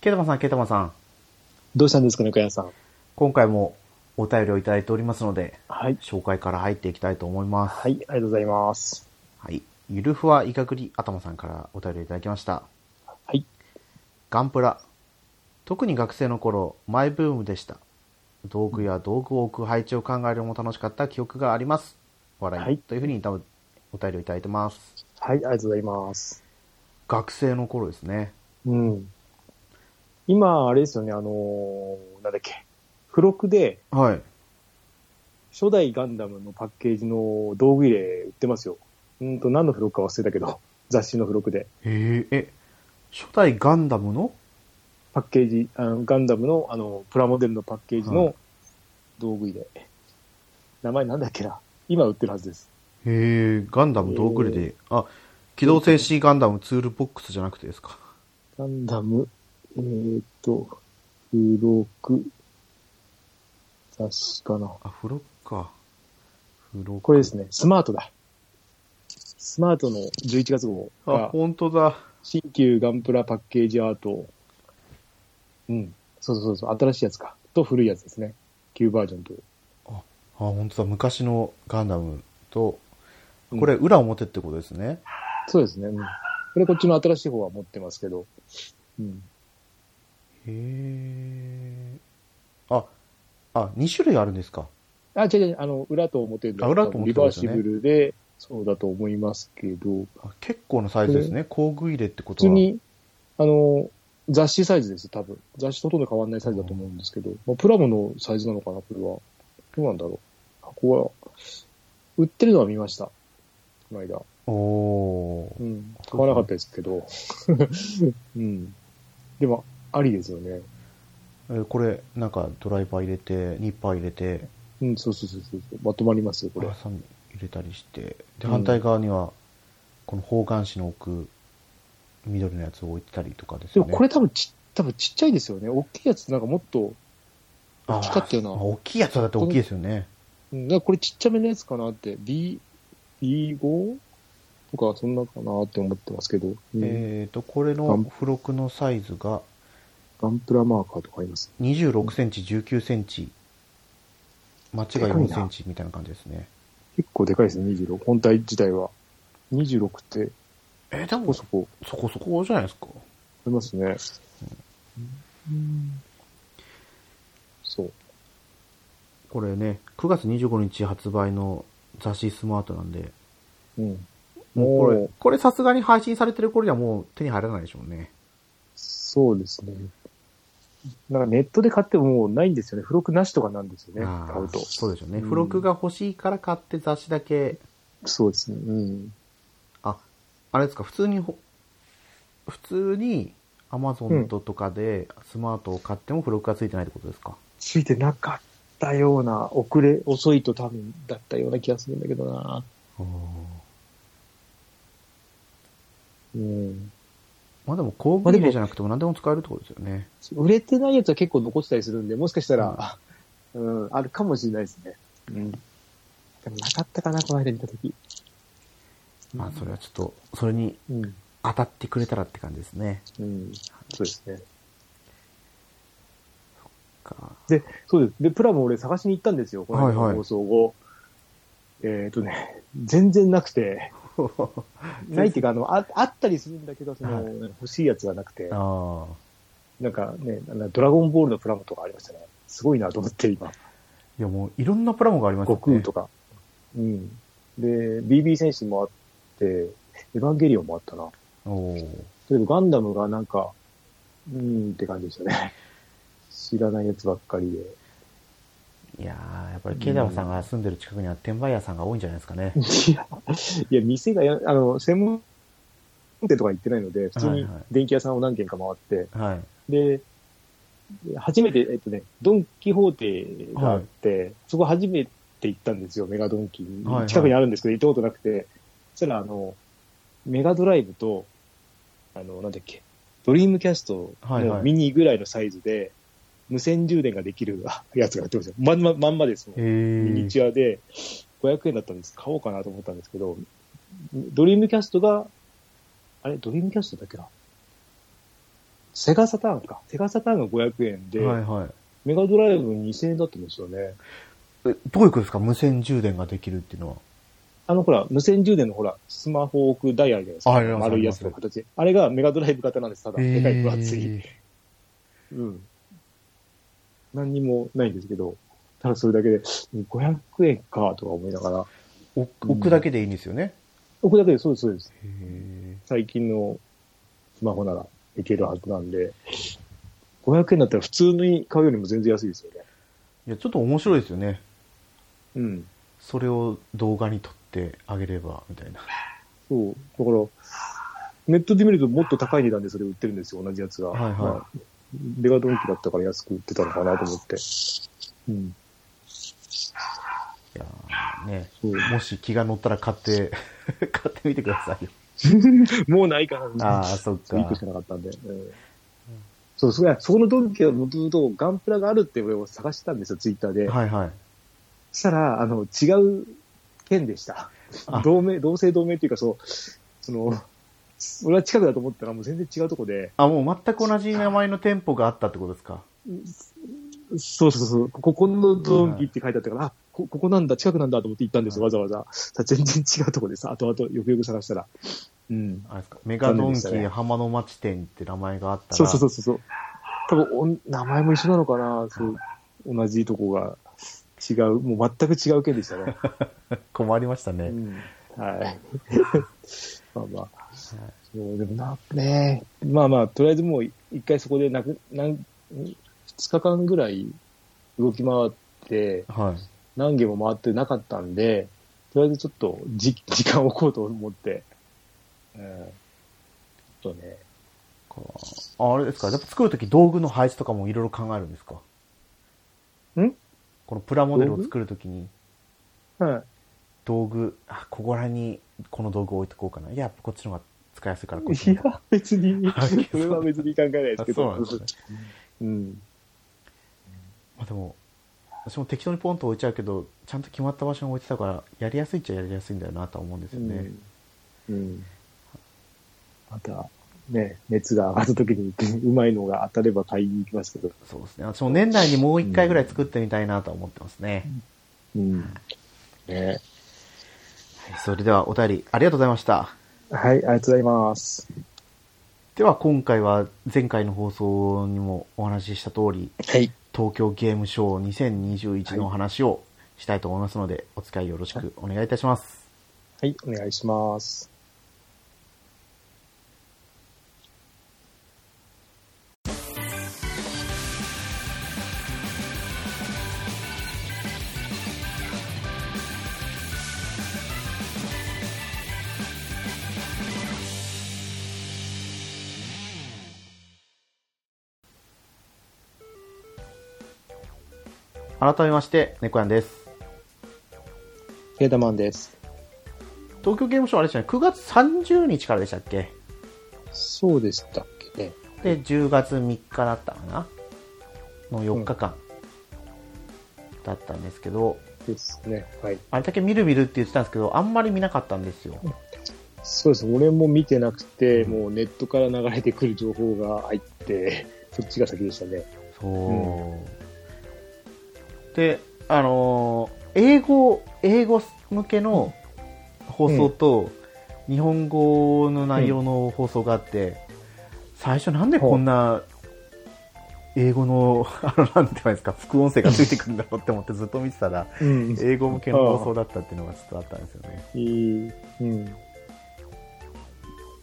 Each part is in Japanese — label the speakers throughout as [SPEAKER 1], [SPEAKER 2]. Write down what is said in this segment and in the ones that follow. [SPEAKER 1] ケイタマンさん、ケイタマンさん。
[SPEAKER 2] どうしたんですかね、かやさん。
[SPEAKER 1] 今回もお便りをいただいておりますので、
[SPEAKER 2] はい。
[SPEAKER 1] 紹介から入っていきたいと思います。
[SPEAKER 2] はい、ありがとうございます。
[SPEAKER 1] はい。ゆるふわいかくり頭さんからお便りをいただきました。
[SPEAKER 2] はい。
[SPEAKER 1] ガンプラ。特に学生の頃、マイブームでした。道具や道具を置く配置を考えるのも楽しかった記憶があります。笑い。
[SPEAKER 2] はい
[SPEAKER 1] というふうに多分お便りをいただいてます。
[SPEAKER 2] はい、ありがとうございます。
[SPEAKER 1] 学生の頃ですね。
[SPEAKER 2] うん。今、あれですよね、あのーなんだっけ。付録で、
[SPEAKER 1] はい。
[SPEAKER 2] 初代ガンダムのパッケージの道具入れ売ってますよ。うんと、何の付録か忘れたけど、 雑誌の付録で。
[SPEAKER 1] ええ、初代ガンダムの
[SPEAKER 2] パッケージ、あのガンダムの、あの、プラモデルのパッケージ
[SPEAKER 1] はい
[SPEAKER 2] の道具入れ。名前なんだっけな。今売ってるはずです。
[SPEAKER 1] へえ、ガンダム道具入れで、あ、機動戦士ガンダムツールボックスじゃなくてですか。
[SPEAKER 2] ガンダム、えーっと、付録、雑誌かな。
[SPEAKER 1] あ、フロッか。フロッ
[SPEAKER 2] これですね、スマートだ。スマートの11月号
[SPEAKER 1] あ
[SPEAKER 2] が、、
[SPEAKER 1] 本当だ。
[SPEAKER 2] 新旧ガンプラパッケージアート。うん。そうそうそう、新しいやつか。と古いやつですね。旧バージョンと。
[SPEAKER 1] あ、本当だ。昔のガンダムと、
[SPEAKER 2] うん
[SPEAKER 1] これ、裏表ってことですね。
[SPEAKER 2] そうですね。うん。これこっちの新しい方は持ってますけど。うん。
[SPEAKER 1] へえ。あ、あ、2種類あるんですか。
[SPEAKER 2] あ、違う違う、あの、裏と表で。
[SPEAKER 1] あ裏と表
[SPEAKER 2] リ
[SPEAKER 1] だ
[SPEAKER 2] バ
[SPEAKER 1] よね
[SPEAKER 2] ーシブルで、そうだと思いますけど、
[SPEAKER 1] あ結構なサイズですね。工具入れってこ
[SPEAKER 2] 普
[SPEAKER 1] と
[SPEAKER 2] 通
[SPEAKER 1] は。
[SPEAKER 2] に、あの、雑誌サイズですよ、多分。雑誌とほとんど変わらないサイズだと思うんですけど、まあ、プラモのサイズなのかな、これは。どうなんだろう。箱は、売ってるのは見ました。この間。
[SPEAKER 1] おお
[SPEAKER 2] う。ん。買わなかったですけど。 うん。でも、ありですよね。
[SPEAKER 1] えーこれ、なんか、ドライバー入れて、ニッパー入れて、
[SPEAKER 2] うん、そうそうそうそう。まとまりますよ、これ
[SPEAKER 1] ハ。サミ入れたりしてで
[SPEAKER 2] うん
[SPEAKER 1] 反対側にはこの方眼紙の奥緑のやつを置いてたりとかです
[SPEAKER 2] で
[SPEAKER 1] よ
[SPEAKER 2] も
[SPEAKER 1] ね
[SPEAKER 2] これ多分ち、多分ちっちゃいですよね。大きいやつなんかもっと、
[SPEAKER 1] あー
[SPEAKER 2] 大きかったよな
[SPEAKER 1] まあ大きいやつはだって大きいですよね
[SPEAKER 2] うん、なんかこれちっちゃめのやつかなって、B、B5? とか、そんなかなって思ってますけど。うん
[SPEAKER 1] えっ、とこれの付録のサイズが
[SPEAKER 2] ガンプラマーカーとかあります。
[SPEAKER 1] 2 6センチ1 9センチ間違い
[SPEAKER 2] でかい
[SPEAKER 1] 4
[SPEAKER 2] な
[SPEAKER 1] センチみたいな感じですね
[SPEAKER 2] 結構でかいですね、26。本体自体は。26って、
[SPEAKER 1] えーで
[SPEAKER 2] そこ
[SPEAKER 1] もそ
[SPEAKER 2] そこ
[SPEAKER 1] こそこじゃないですか
[SPEAKER 2] ありますね。そう。
[SPEAKER 1] これね9月25日発売の雑誌スマートなんで
[SPEAKER 2] うん。
[SPEAKER 1] もうこ
[SPEAKER 2] も
[SPEAKER 1] れ
[SPEAKER 2] う
[SPEAKER 1] これさすがに配信されてる頃にはもう手に入らないでしょうね
[SPEAKER 2] そうですね。なんかネットで買ってももうないんですよね。付録なしとかなんですよね。
[SPEAKER 1] あー
[SPEAKER 2] 買うと。
[SPEAKER 1] そうでしょうね。
[SPEAKER 2] うん
[SPEAKER 1] 付録が欲しいから買って雑誌だけ、
[SPEAKER 2] そうですね。うん。
[SPEAKER 1] あ、あれですか、普通にほ、普通に Amazon とかでスマートを買っても付録が付いてないってことですか。
[SPEAKER 2] ついてなかったような、遅れ、遅いと多分だったような気がするんだけどな。うん。
[SPEAKER 1] まあでも工具入れじゃなくても何でも使えるってことですよね。
[SPEAKER 2] 売れてないやつは結構残ってたりするんで、もしかしたら、うん、あるかもしれないですね。うん。でもなかったかな、この間見たとき。
[SPEAKER 1] まあそれはちょっと、それに
[SPEAKER 2] うん。
[SPEAKER 1] 当たってくれたらって感じです ね。
[SPEAKER 2] うん。そうですね。
[SPEAKER 1] か
[SPEAKER 2] で、そうです。で、プラも俺探しに行ったんですよ、この間
[SPEAKER 1] はいは
[SPEAKER 2] の
[SPEAKER 1] い
[SPEAKER 2] 放送後。えっ、とね、全然なくて、ないっていうか、あの、ああったりするんだけど、その、
[SPEAKER 1] はい
[SPEAKER 2] 欲しいやつがなくて、
[SPEAKER 1] ああ。
[SPEAKER 2] なんかね、あのドラゴンボールのプラモとかありましたね。すごいなと思って、今。
[SPEAKER 1] いやもういろんなプラモがありますよ
[SPEAKER 2] 悟
[SPEAKER 1] ね。
[SPEAKER 2] 空とか。うん。で、BB 戦士もあって、エヴァンゲリオンもあったな。だ
[SPEAKER 1] おー
[SPEAKER 2] けどガンダムがなんか、うーんって感じでしたね。 知らないやつばっかり
[SPEAKER 1] いやー、やっぱりケイダラさんが住んでる近くには転売屋さんが多いんじゃないですかね。
[SPEAKER 2] で。いや、いや店がや、あの、専門店とか行ってないので、普通
[SPEAKER 1] はい
[SPEAKER 2] に
[SPEAKER 1] はい
[SPEAKER 2] 電気屋さんを何軒か回って、
[SPEAKER 1] はい。
[SPEAKER 2] で、初めて、えっとね、ドン・キホーテがあって、そこ初めて行ったんですよ、メガドンキに
[SPEAKER 1] はいはい
[SPEAKER 2] 近くにあるんですけど、行ったことなくて。そしたら、あの、メガドライブと、あの、なんだっけ、ドリームキャスト
[SPEAKER 1] はいは
[SPEAKER 2] の
[SPEAKER 1] い
[SPEAKER 2] ミニぐらいのサイズで、無線充電ができるあやつがあってましたよ。まんま、まんまですもん。
[SPEAKER 1] え
[SPEAKER 2] ミニチュアで、500円だったんです。買おうかなと思ったんですけど、ドリームキャストが、あれ、ドリームキャストだっけなセガサターンか。セガサターンが500円で、
[SPEAKER 1] はいはい。
[SPEAKER 2] メガドライブ2000円だったんですよね。
[SPEAKER 1] えどういうことですか無線充電ができるっていうのは。
[SPEAKER 2] あのほら、無線充電のほら、スマホを置くダイヤルじゃないですか。
[SPEAKER 1] ああります
[SPEAKER 2] 丸いやつの形。あれがメガドライブ型なんです、ただ。でかい分厚い。うん。何にもないんですけど、ただそれだけで、500円か、とか思いながら。
[SPEAKER 1] お置くだけでいいんですよね。
[SPEAKER 2] 置くだけで、そうです、そうです。
[SPEAKER 1] へ
[SPEAKER 2] 最近のスマホならいけるはずなんで、500円だったら普通に買うよりも全然安いですよね。
[SPEAKER 1] ーいや、ちょっと面白いですよね。
[SPEAKER 2] うん。
[SPEAKER 1] それを動画に撮ってあげれば、みたいな。
[SPEAKER 2] そう。だから、ネットで見るともっと高い値段でそれ売ってるんですよ、同じやつが。
[SPEAKER 1] はいはい
[SPEAKER 2] い。デガドンキだったから安く売ってたのかなと思って。うん。
[SPEAKER 1] いやーね。
[SPEAKER 2] そう。
[SPEAKER 1] もし気が乗ったら買って、 買ってみてくださいよ。
[SPEAKER 2] もうないから
[SPEAKER 1] ああ、そっか
[SPEAKER 2] 1。個しかなかったんで。うんそうですね。そこのドンキはもともとガンプラがあるって俺を探してたんですよ、ツイッターで。
[SPEAKER 1] はいはい。
[SPEAKER 2] そしたら、あの、違う県でした
[SPEAKER 1] あ。
[SPEAKER 2] 同盟、同姓同盟っていうか、そう、その、俺は近くだと思ったら、もう全然違うとこで、
[SPEAKER 1] あ、もう全く同じ名前の店舗があったってことですか。
[SPEAKER 2] そうそうそう、こここのドンキって書いてあったから、あ、こ、ここなんだ、近くなんだと思って行ったんですよ、わざわざ。さ全然違うとこでさ、後々よくよく探したら。うん。
[SPEAKER 1] あれですか。メガドンキ
[SPEAKER 2] 残念でしたね
[SPEAKER 1] ー浜の町店って名前があったら。
[SPEAKER 2] そうそうそうそうそう。多分お、名前も一緒なのかな、そう、同じとこが違う、もう全く違う県でしたね。
[SPEAKER 1] 困りました
[SPEAKER 2] う
[SPEAKER 1] ね。
[SPEAKER 2] ん。はい。 まあまあ。そう、でもな、ねえまあまあ、とりあえずもうい一回そこでなく、なん、ん二日間ぐらい動き回って、
[SPEAKER 1] はい。
[SPEAKER 2] 何軒も回ってなかったんで、とりあえずちょっとじ、 時間を置こうと思って、うん。ちょっとね、
[SPEAKER 1] かああれですか、やっぱ作るとき道具の配置とかもいろいろ考えるんですか
[SPEAKER 2] ん
[SPEAKER 1] このプラモデル
[SPEAKER 2] 道
[SPEAKER 1] を
[SPEAKER 2] 具
[SPEAKER 1] 作るときに
[SPEAKER 2] はい。
[SPEAKER 1] 道具、あ、ここら辺にこの道具置いとこうかな。いや、やっぱこっちの方が使いやすいからこっち
[SPEAKER 2] い
[SPEAKER 1] の方が。
[SPEAKER 2] や、別に
[SPEAKER 1] あそう、
[SPEAKER 2] それは別に考えないです
[SPEAKER 1] あ
[SPEAKER 2] け
[SPEAKER 1] そう
[SPEAKER 2] ど。
[SPEAKER 1] なんですね。
[SPEAKER 2] うん。
[SPEAKER 1] まあでも、私も適当にポンと置いちゃうけど、ちゃんと決まった場所に置いてたから、やりやすいっちゃやりやすいんだよなとは思うんですよね。
[SPEAKER 2] うん。また、ね、熱が上がった時に、うまいのが当たれば買いに行きますけど。
[SPEAKER 1] そうですね。私も年内にもう一回ぐらい作ってみたいなとは思ってますね。
[SPEAKER 2] うん。ね。
[SPEAKER 1] はいそれではお便りありがとうございました。
[SPEAKER 2] はい、ありがとうございます。
[SPEAKER 1] では今回は前回の放送にもお話しした通り、
[SPEAKER 2] はい。
[SPEAKER 1] 東京ゲームショー2021のお話をしたいと思いますので、お付き合いよろしくお願いいたします。
[SPEAKER 2] はい、お願いします。
[SPEAKER 1] 改めまして、猫やんです。
[SPEAKER 2] ケータマンです。
[SPEAKER 1] 東京ゲームショーあれですよね、9月30日からでしたっけ
[SPEAKER 2] そうでしたっけね。
[SPEAKER 1] で、10月3日だったかなの4日間だったんですけど、
[SPEAKER 2] ですね。はい。
[SPEAKER 1] あれだけ見る見るって言ってたんですけど、あんまり見なかったんですよ。
[SPEAKER 2] そうです。俺も見てなくて、もうネットから流れてくる情報が入って、そっちが先でしたね。
[SPEAKER 1] そう。
[SPEAKER 2] う
[SPEAKER 1] で、あのー英語、英語向けの放送と、日本語の内容の放送があって、最初なんでこんな、英語の、 あの、なんて言うんですか、副音声がついてくるんだろうって思ってずっと見てたら、
[SPEAKER 2] うん
[SPEAKER 1] 英語向けの放送だったっていうのがちょっとあったんですよね。
[SPEAKER 2] いい。うん。
[SPEAKER 1] い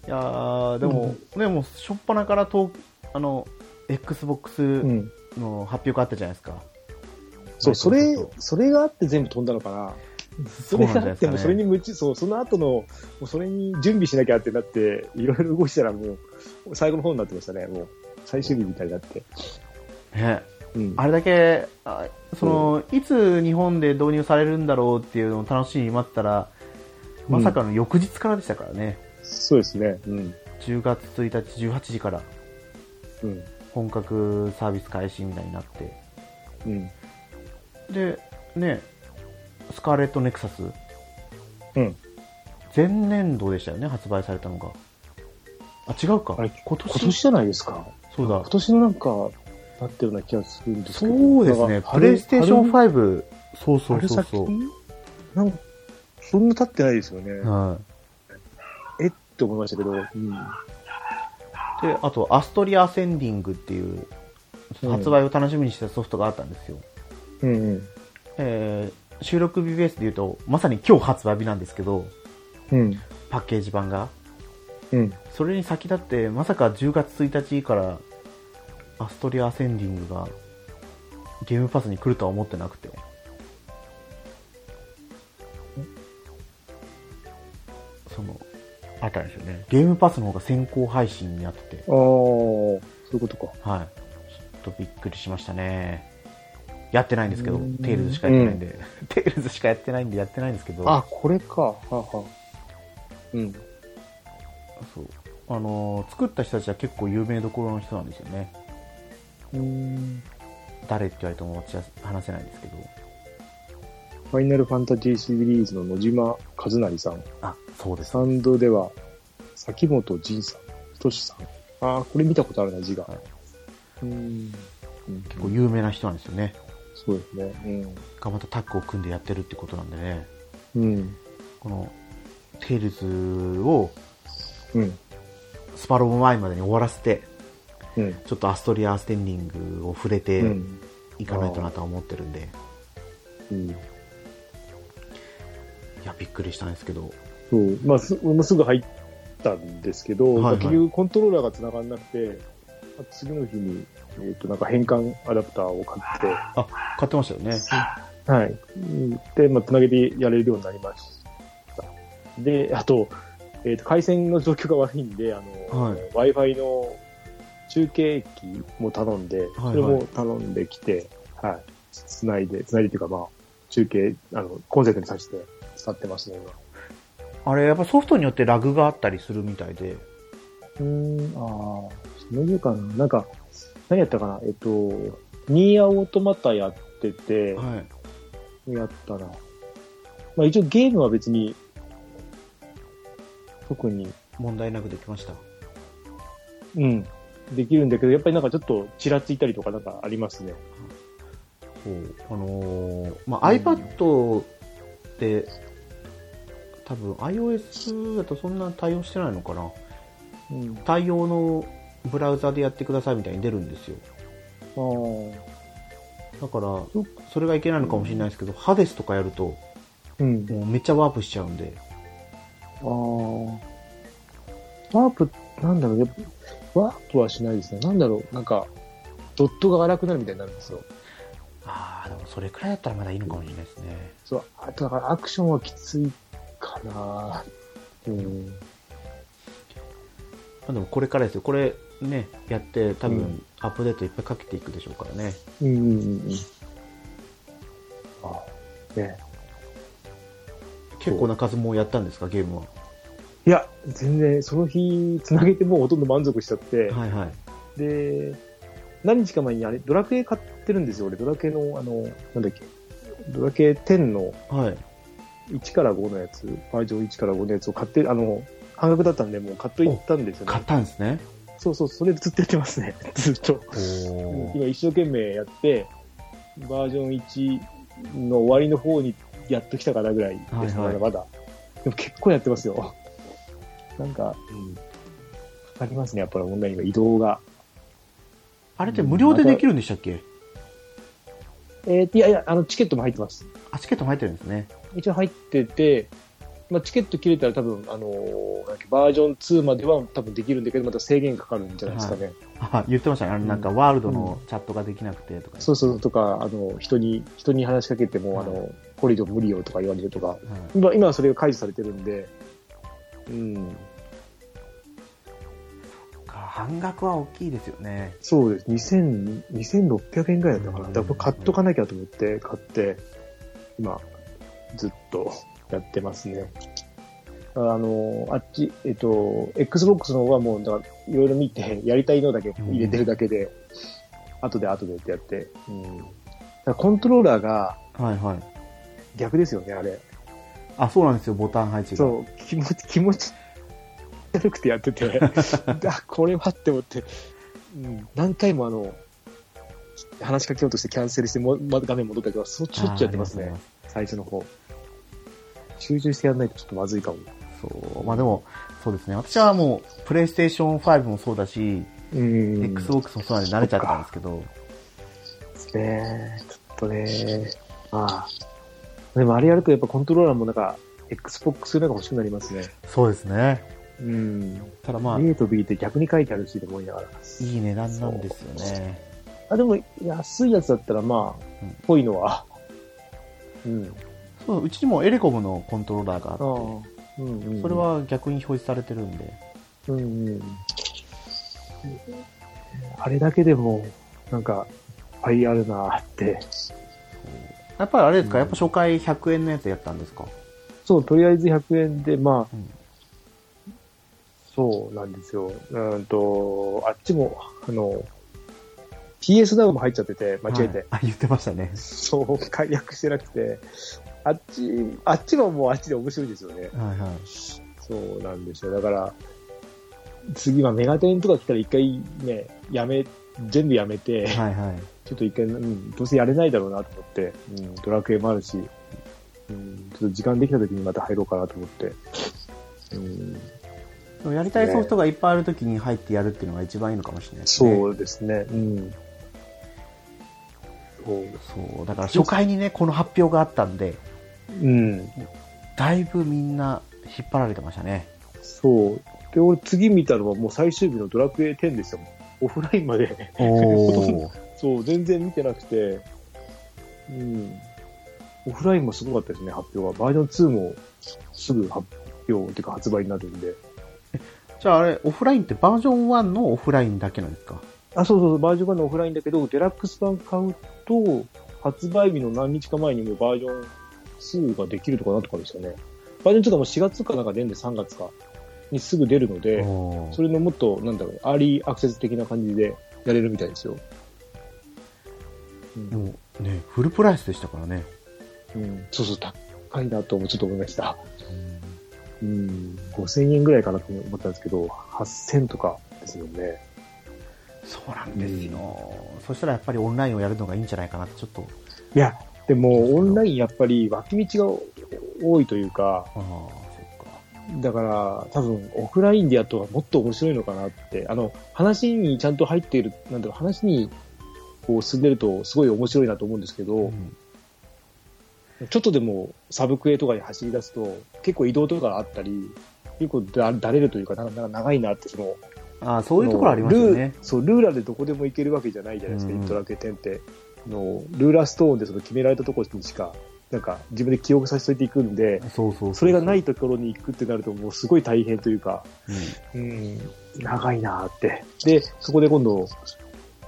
[SPEAKER 1] やーでも、でも、しょっぱなからと、あの、
[SPEAKER 2] う
[SPEAKER 1] XBOX
[SPEAKER 2] ん。
[SPEAKER 1] の発表があったじゃないですか。
[SPEAKER 2] そう、それ
[SPEAKER 1] そうそう、
[SPEAKER 2] それがあって全部飛んだのかな。それ
[SPEAKER 1] そうなんじゃ
[SPEAKER 2] が
[SPEAKER 1] ないで
[SPEAKER 2] あっ
[SPEAKER 1] すか
[SPEAKER 2] て
[SPEAKER 1] ね
[SPEAKER 2] も、それに夢中、そう、その後の、もうそれに準備しなきゃってなって、いろいろ動いてたらもう、最後の方になってましたね、もう。最終日みたいになって。
[SPEAKER 1] ね
[SPEAKER 2] うん。
[SPEAKER 1] あれだけあそのいつ日本で導入されるんだろうっていうのを楽しみに待ってたらまさかの翌日からでしたからね、
[SPEAKER 2] そうですね。うん。
[SPEAKER 1] 10月1日18時から
[SPEAKER 2] うん。
[SPEAKER 1] 本格サービス開始みたいになって
[SPEAKER 2] うん。
[SPEAKER 1] でねスカーレットネクサス
[SPEAKER 2] うん。
[SPEAKER 1] 前年度でしたよね発売されたのがあ違うか
[SPEAKER 2] あれ
[SPEAKER 1] 今年
[SPEAKER 2] 今年じゃないですか。
[SPEAKER 1] そうだ
[SPEAKER 2] 今。年のなんか、なってるような気がするんですけど。
[SPEAKER 1] そうですね。プレイステーション
[SPEAKER 2] イ
[SPEAKER 1] 5、そうそ
[SPEAKER 2] そうう
[SPEAKER 1] そ
[SPEAKER 2] そうう
[SPEAKER 1] そ
[SPEAKER 2] なんか、そんな経ってないですよね。
[SPEAKER 1] う。はい。
[SPEAKER 2] えって思いましたけど、うん。は
[SPEAKER 1] で、あと、アストリア・アセンディングっていう、発売を楽しみにしたソフトがあったんですよ。
[SPEAKER 2] うんうん。
[SPEAKER 1] えー収録日ベースで言うと、まさに今日発売日なんですけど、
[SPEAKER 2] うん。
[SPEAKER 1] パッケージ版が。
[SPEAKER 2] うん。
[SPEAKER 1] それに先立って、まさか10月1日から、アストリア・アセンディングが、ゲームパスに来るとは思ってなくて。その、あったんですよね。ゲームパスの方が先行配信になってて、
[SPEAKER 2] ああ、そういうことか。
[SPEAKER 1] はい。ちょっとびっくりしましたね。やってないんですけど
[SPEAKER 2] うん、
[SPEAKER 1] テイルズしかやってないんで、 テイルズしかやってないんでやってないんですけど、
[SPEAKER 2] あ、これか。はあ、はあ。うん。
[SPEAKER 1] そう。あのー作った人たちは結構有名どころの人なんですよね。
[SPEAKER 2] うん
[SPEAKER 1] 誰って言われても私は話せないんですけど
[SPEAKER 2] ファイナルファンタジーシリーズの野島和成さん。
[SPEAKER 1] あそうです
[SPEAKER 2] サンドでは、崎本仁さん、太志さん。ああ、これ見たことあるな、字が。
[SPEAKER 1] はいう
[SPEAKER 2] ーん。結
[SPEAKER 1] 結構有名な人なんですよね
[SPEAKER 2] そうですね。
[SPEAKER 1] がまたタッグを組んでやってるってことなんでね
[SPEAKER 2] うん。うん。
[SPEAKER 1] このテイルズを
[SPEAKER 2] うん。
[SPEAKER 1] スパロボ前までに終わらせて
[SPEAKER 2] うん。
[SPEAKER 1] ちょっとアストリア・アステンディングを触れて
[SPEAKER 2] うん。
[SPEAKER 1] いかないとなとは思ってるんで、
[SPEAKER 2] うん。
[SPEAKER 1] いやびっくりしたんですけど
[SPEAKER 2] そう。まあ、す、俺もすぐ入ったんですけど、
[SPEAKER 1] はいはい
[SPEAKER 2] まあ結局コントローラーが繋がんなくて、まあ次の日に、えっ、と、なんか変換アダプターを買って、
[SPEAKER 1] あ買ってましたよね
[SPEAKER 2] はい。うんで、まあ、つなげてやれるようになりました。で、あと、えーと、回線の状況が悪いんで、あの、
[SPEAKER 1] は
[SPEAKER 2] Wi-Fi の中継機も頼んで、
[SPEAKER 1] はい
[SPEAKER 2] それも頼んできて、はい。つないで、つないでっていうか、まあ、中継、あの、コンセントに挿して使ってますね、
[SPEAKER 1] あれやっぱソフトによってラグがあったりするみたいで
[SPEAKER 2] 今。うん、ああ、そのいうかな。なんか、何やったかな、えっ、と、ニーアオートマタやってて、
[SPEAKER 1] はい
[SPEAKER 2] やったら。まあ一応ゲームは別に、特に、
[SPEAKER 1] 問題なくできました
[SPEAKER 2] うん、できるんだけど、やっぱりなんかちょっとちらついたりとかなんかありますね。
[SPEAKER 1] そうあのーまあ、iPad って、多分 iOS だとそんな対応してないのかな
[SPEAKER 2] うん。
[SPEAKER 1] 対応のブラウザでやってくださいみたいに出るんですよ
[SPEAKER 2] ああ。
[SPEAKER 1] だからそれがいけないのかもしれないですけど、ハデスとかやると
[SPEAKER 2] うん。
[SPEAKER 1] もうめっちゃワープしちゃうんで
[SPEAKER 2] ああ。ワープ、なんだろう、やっぱワープはしないですね。なんだろう、なんか、ドットが荒くなるみたいになるんですよ。
[SPEAKER 1] ああでもそれくらいだったらまだいいのかもしれないですね
[SPEAKER 2] そう、あとだからアクションはきついかな。うん。
[SPEAKER 1] まあでもこれからですよこれねやって多
[SPEAKER 2] う
[SPEAKER 1] 分
[SPEAKER 2] ん
[SPEAKER 1] アップデートいっぱいかけていくでしょうからね、
[SPEAKER 2] うんうんうんうん。ああ。ね
[SPEAKER 1] 結構な数もうやったんですかゲームはい
[SPEAKER 2] や、全然、その日、つなげてもうほとんど満足しちゃって、
[SPEAKER 1] はいはい
[SPEAKER 2] で、何日か前にあれ、ドラクエ買ってるんですよ、俺。ドラクエの、あの、なんだっけ、ドラクエ10の
[SPEAKER 1] はい
[SPEAKER 2] 1から5のやつ、バージョン1から5のやつを買って、あの、半額だったんで、もう買っといったんですよ
[SPEAKER 1] 買っ
[SPEAKER 2] ね。
[SPEAKER 1] たんですね
[SPEAKER 2] そうそう、それずっとやってますね。 ずっと。
[SPEAKER 1] おー
[SPEAKER 2] 今一生懸命やって、バージョン1の終わりの方にやっと来たかなぐらいですね、
[SPEAKER 1] はいはい
[SPEAKER 2] まだまだ。でも結構やってますよ。なんか、うん、かかりますね、やっぱりオンラインは移動が。
[SPEAKER 1] あれって無料でできるんでしたっけ、
[SPEAKER 2] えーいやいや、あの、チケットも入ってます。
[SPEAKER 1] あ、チケットも入ってるんですね。
[SPEAKER 2] 一応入ってて、まあ、チケット切れたら多分、あのーなんだっけバージョン2までは多分できるんだけど、また制限かかるんじゃないですかね。
[SPEAKER 1] あ、言ってましたね。あの、
[SPEAKER 2] うん
[SPEAKER 1] なんかワールドのチャットができなくてとか。
[SPEAKER 2] そうそうとか、あの、人に、人に話しかけても、あの、これ以上無理よとか言われるとか、
[SPEAKER 1] はい
[SPEAKER 2] 今、今はそれが解除されてるんで、うん、
[SPEAKER 1] 半額は大きいですよね。
[SPEAKER 2] そうです。2000 2600円ぐらいだったか
[SPEAKER 1] う
[SPEAKER 2] な。
[SPEAKER 1] ん
[SPEAKER 2] だから買っとかなきゃと思って、買って、今、ずっと やってますね。だからあの、あっち、えっと、Xbox の方はもう、だから、いろいろ見て、 やりたいのだけ入れてるだけで、後で後でってやって、うん。だからコントローラーが
[SPEAKER 1] はいはい。
[SPEAKER 2] 逆ですよね、あれ。
[SPEAKER 1] あ、そうなんですよ。ボタン配置が。
[SPEAKER 2] そう、気 持ち、気持ち悪くてやってて、あ、これはって思って、うん何回もあの、話しかけようとしてキャンセルしても、また画面戻ったりとか、そしょっちゅうやってます
[SPEAKER 1] あーありがとう
[SPEAKER 2] ね
[SPEAKER 1] ござい。
[SPEAKER 2] 最初の方。集中してやらないとちょっとまずいかも。
[SPEAKER 1] そう。まあでも、そうですね。私はもう、プレイステーション5もそうだし、
[SPEAKER 2] うん。
[SPEAKER 1] Xbox もそうなんで慣れちゃったんですけど、
[SPEAKER 2] ですね。ちょっとね。まあ。でもあれやるとやっぱコントローラーもなんか、Xbox なんか欲しくなりますね。
[SPEAKER 1] そうですね。
[SPEAKER 2] うん。
[SPEAKER 1] ただまあ、い
[SPEAKER 2] A と B って逆に書いてあるしと思いながら。
[SPEAKER 1] い値段なんですよね。
[SPEAKER 2] あ、でも安いやつだったらま
[SPEAKER 1] うん
[SPEAKER 2] あ、ぽいのは。うん。
[SPEAKER 1] そう、うちにもエレコムのコントローラーが
[SPEAKER 2] ああ
[SPEAKER 1] あっ。
[SPEAKER 2] うん、う
[SPEAKER 1] て、
[SPEAKER 2] ん。
[SPEAKER 1] それ、は逆に表示されてるんで、
[SPEAKER 2] うんうん。あれだけでも、なんか、いっぱいあるなーって。
[SPEAKER 1] やっぱりあれですか、
[SPEAKER 2] う
[SPEAKER 1] や
[SPEAKER 2] ん
[SPEAKER 1] っぱ初回100円のやつやったんですか
[SPEAKER 2] そう、とりあえず100円で、まあ、
[SPEAKER 1] うん
[SPEAKER 2] そうなんですよ。うーんと、あっちも、あの、PS ダウンも入っちゃってて、間違えて。
[SPEAKER 1] はいあ、言ってましたね。
[SPEAKER 2] そう、解約してなくて、あっち、あっちがもうあっちで面白いですよね。
[SPEAKER 1] はいはい。
[SPEAKER 2] そうなんですよ。だから、次はメガテンとか来たら一回ね、やめ、全部やめて、
[SPEAKER 1] はいはい。
[SPEAKER 2] ちょっと一回、うん、どうせやれないだろうなと思って、うん、ドラクエもあるし、うん、ちょっと時間できた時にまた入ろうかなと思って、うん、
[SPEAKER 1] でもやりたいソフトがいっぱいあるときに入ってやるっていうのが一番いいのかもしれないですね。
[SPEAKER 2] そうですね、うん。そう、
[SPEAKER 1] そう。だから初回にね、この発表があったんで、
[SPEAKER 2] うん、
[SPEAKER 1] だいぶみんな引っ張られてましたね。
[SPEAKER 2] そう。で、俺次見たのはもう最終日のドラクエ10でしたもん。オフラインまで、
[SPEAKER 1] おお。
[SPEAKER 2] そう、全然見てなくて、うん。オフラインもすごかったですね、発表は。バージョン2もすぐ発表っていうか発売になるんで。
[SPEAKER 1] じゃああれ、オフラインってバージョン1のオフラインだけなんですか
[SPEAKER 2] あ、そうそうそう、バージョン1のオフラインだけど、デラックス版買うと、発売日の何日か前にもうバージョン2ができるとかなんとかでしたね。バージョン2がもう4月かなんか出るんで、3月かにすぐ出るので、
[SPEAKER 1] おー
[SPEAKER 2] それのもっと、なんだろう、アーリーアクセス的な感じでやれるみたいですよ。う
[SPEAKER 1] で
[SPEAKER 2] ん、
[SPEAKER 1] もね、フルプライスでしたからね。
[SPEAKER 2] うんそうそう、高いなともちょっと思いました。うん、5000円ぐらいかなと思ったんですけど、8000とかですよね。
[SPEAKER 1] そうなんですよ。そしたらやっぱりオンラインをやるのがいいんじゃないかなって、ちょっと。
[SPEAKER 2] いや、でも、オンラインやっぱり脇道が多いというか、
[SPEAKER 1] ああ、そっか。
[SPEAKER 2] だから、多分、オフラインでやった方がもっと面白いのかなって、あの、話にちゃんと入っている、なんだろう、話に、こう、進んでると、すごい面白いなと思うんですけど、
[SPEAKER 1] うん
[SPEAKER 2] ちょっとでも、サブクエとかに走り出すと、結構移動とかあったり、結構だ、だれるというか、なんかなんか長いなって、その、
[SPEAKER 1] ああ、そういうところありますよね
[SPEAKER 2] ルー。そう、ルーラーでどこでも行けるわけじゃないじゃないですか、
[SPEAKER 1] うん
[SPEAKER 2] ドラクエ10って。の、ルーラーストーンでその決められたところにしか、なんか、自分で記憶させといていくんで、
[SPEAKER 1] そうそうそう。
[SPEAKER 2] それがないところに行くってなると、もうすごい大変というか、
[SPEAKER 1] うん。
[SPEAKER 2] うん、長いなーって。で、そこで今度、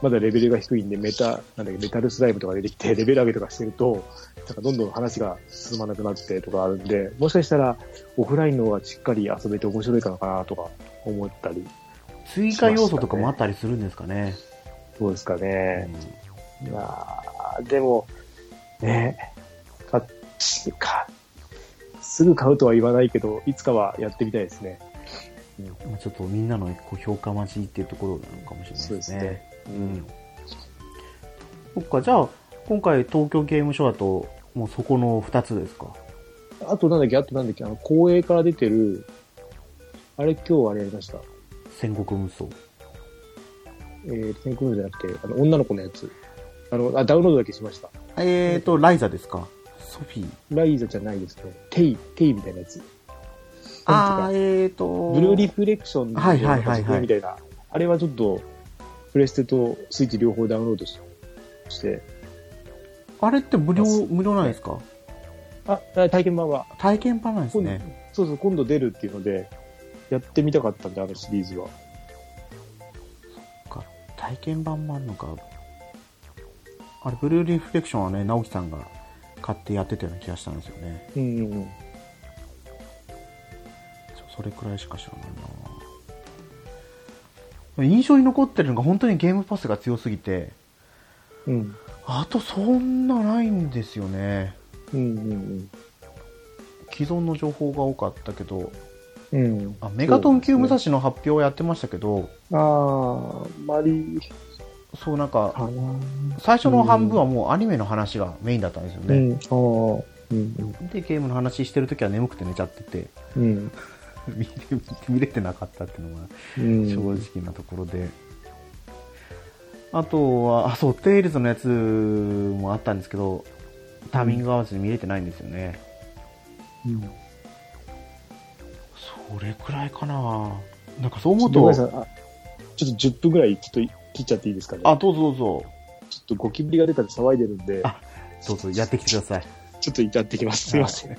[SPEAKER 2] まだレベルが低いんで、メタ、なんだっけ、メタルスライムとか出てきて、 レベル上げとかしてると、なんかどんどん話が進まなくなってとかあるんで、もしかしたら、オフラインの方がしっかり遊べて面白いかなかなとか思ったり、
[SPEAKER 1] 追加要素とかもあったりするんですかね。
[SPEAKER 2] どうですか
[SPEAKER 1] う
[SPEAKER 2] ね。
[SPEAKER 1] ん
[SPEAKER 2] いやーでも、ね、か、か、すぐ買うとは言わないけど、いつかはやってみたいですね。
[SPEAKER 1] まあちょっとみんなのこう評価待ちっていうところなのかもしれない
[SPEAKER 2] そう
[SPEAKER 1] で
[SPEAKER 2] ですす
[SPEAKER 1] ね。
[SPEAKER 2] ね。
[SPEAKER 1] うん。そっか、じゃあ、今回東京ゲームショウだと、もうそこの2つですか。
[SPEAKER 2] あとなんだっけ、あとなんだっけ、あの、公営から出てる、あれ今日あれやりました。
[SPEAKER 1] 戦国無双。
[SPEAKER 2] えー、テンクルーじゃなくて、あの、女の子のやつ。あの、あ、ダウンロードだけしました。
[SPEAKER 1] えーと、ライザですか。ソフィー。
[SPEAKER 2] ライザじゃないですね。テイ、テイみたいなやつ。
[SPEAKER 1] あ
[SPEAKER 2] な
[SPEAKER 1] ー、
[SPEAKER 2] んていう
[SPEAKER 1] えーと、
[SPEAKER 2] かブルーリフレクションの
[SPEAKER 1] はいはいはいはい
[SPEAKER 2] みたいな。あれはちょっと、プレステとスイッチ両方ダウンロードしして、
[SPEAKER 1] あれって無料、無料なんですか
[SPEAKER 2] あ、あ体験版は。
[SPEAKER 1] 体験版なんです
[SPEAKER 2] 今度
[SPEAKER 1] ね。
[SPEAKER 2] そうそう、今度出るっていうので、やってみたかったんで、あのシリーズは。
[SPEAKER 1] 体験版もあるのか。あれ、ブルーリフレクションはね、直樹さんが買ってやってたような気がしたんですよね。
[SPEAKER 2] うんうんうん。
[SPEAKER 1] そそれくらいしか知らないな印象に残ってるのが本当にゲームパスが強すぎて
[SPEAKER 2] うん。
[SPEAKER 1] あとそんなないんですよね
[SPEAKER 2] うんうんうん。
[SPEAKER 1] 既存の情報が多かったけど
[SPEAKER 2] うん。
[SPEAKER 1] あメガトン級武蔵の発表をやってましたけど
[SPEAKER 2] ああ、あまり、
[SPEAKER 1] そうなんか
[SPEAKER 2] かな。
[SPEAKER 1] 最初の半分はもうアニメの話がメインだったんですよ
[SPEAKER 2] う
[SPEAKER 1] ね、
[SPEAKER 2] ん。ああ、うん。
[SPEAKER 1] でゲームの話してる時は眠くて寝ちゃってて
[SPEAKER 2] うん。
[SPEAKER 1] 見れ見れてなかったっていうのが
[SPEAKER 2] うん。
[SPEAKER 1] 正直なところで、あとはあそうテイルズのやつもあったんですけどタイミング合わせに見れてないんですよね、
[SPEAKER 2] うん
[SPEAKER 1] それくらいかななんかそう思う
[SPEAKER 2] ごめんな
[SPEAKER 1] と
[SPEAKER 2] さいあちょっと10分ぐらい、ちょっと切っちゃっていいですかね。
[SPEAKER 1] あどうぞどうぞ
[SPEAKER 2] ちょっとゴキブリが出たら騒いでるんで
[SPEAKER 1] あ、どうぞやってきてください
[SPEAKER 2] ちょっと至ってきます。すいません。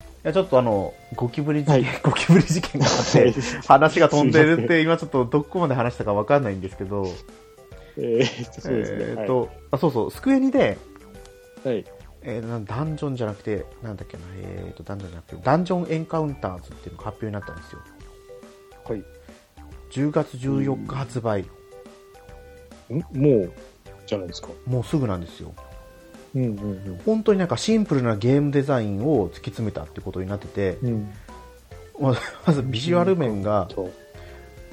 [SPEAKER 1] いやちょっとあのゴキブリ事件、
[SPEAKER 2] は
[SPEAKER 1] ゴキブリ事件があって 話が飛んでるって今ちょっとどこまで話したかわかんないんですけど
[SPEAKER 2] えーっと、そうですね。
[SPEAKER 1] えーっと、あそうそうスクエニで、
[SPEAKER 2] はい、はい。
[SPEAKER 1] えーなダンジョンじゃなくてなんだっけなえーっとダンジョンじゃなくてダンジョンエンカウンターズっていうのが発表になったんですよ
[SPEAKER 2] はい。
[SPEAKER 1] 10月14日発売、
[SPEAKER 2] んもう、じゃないですか。
[SPEAKER 1] もうすぐなんですよ
[SPEAKER 2] うんうん
[SPEAKER 1] 本当になんかシンプルなゲームデザインを突き詰めたってことになってて、
[SPEAKER 2] うん。うん。
[SPEAKER 1] まずまずビジュアル面が
[SPEAKER 2] と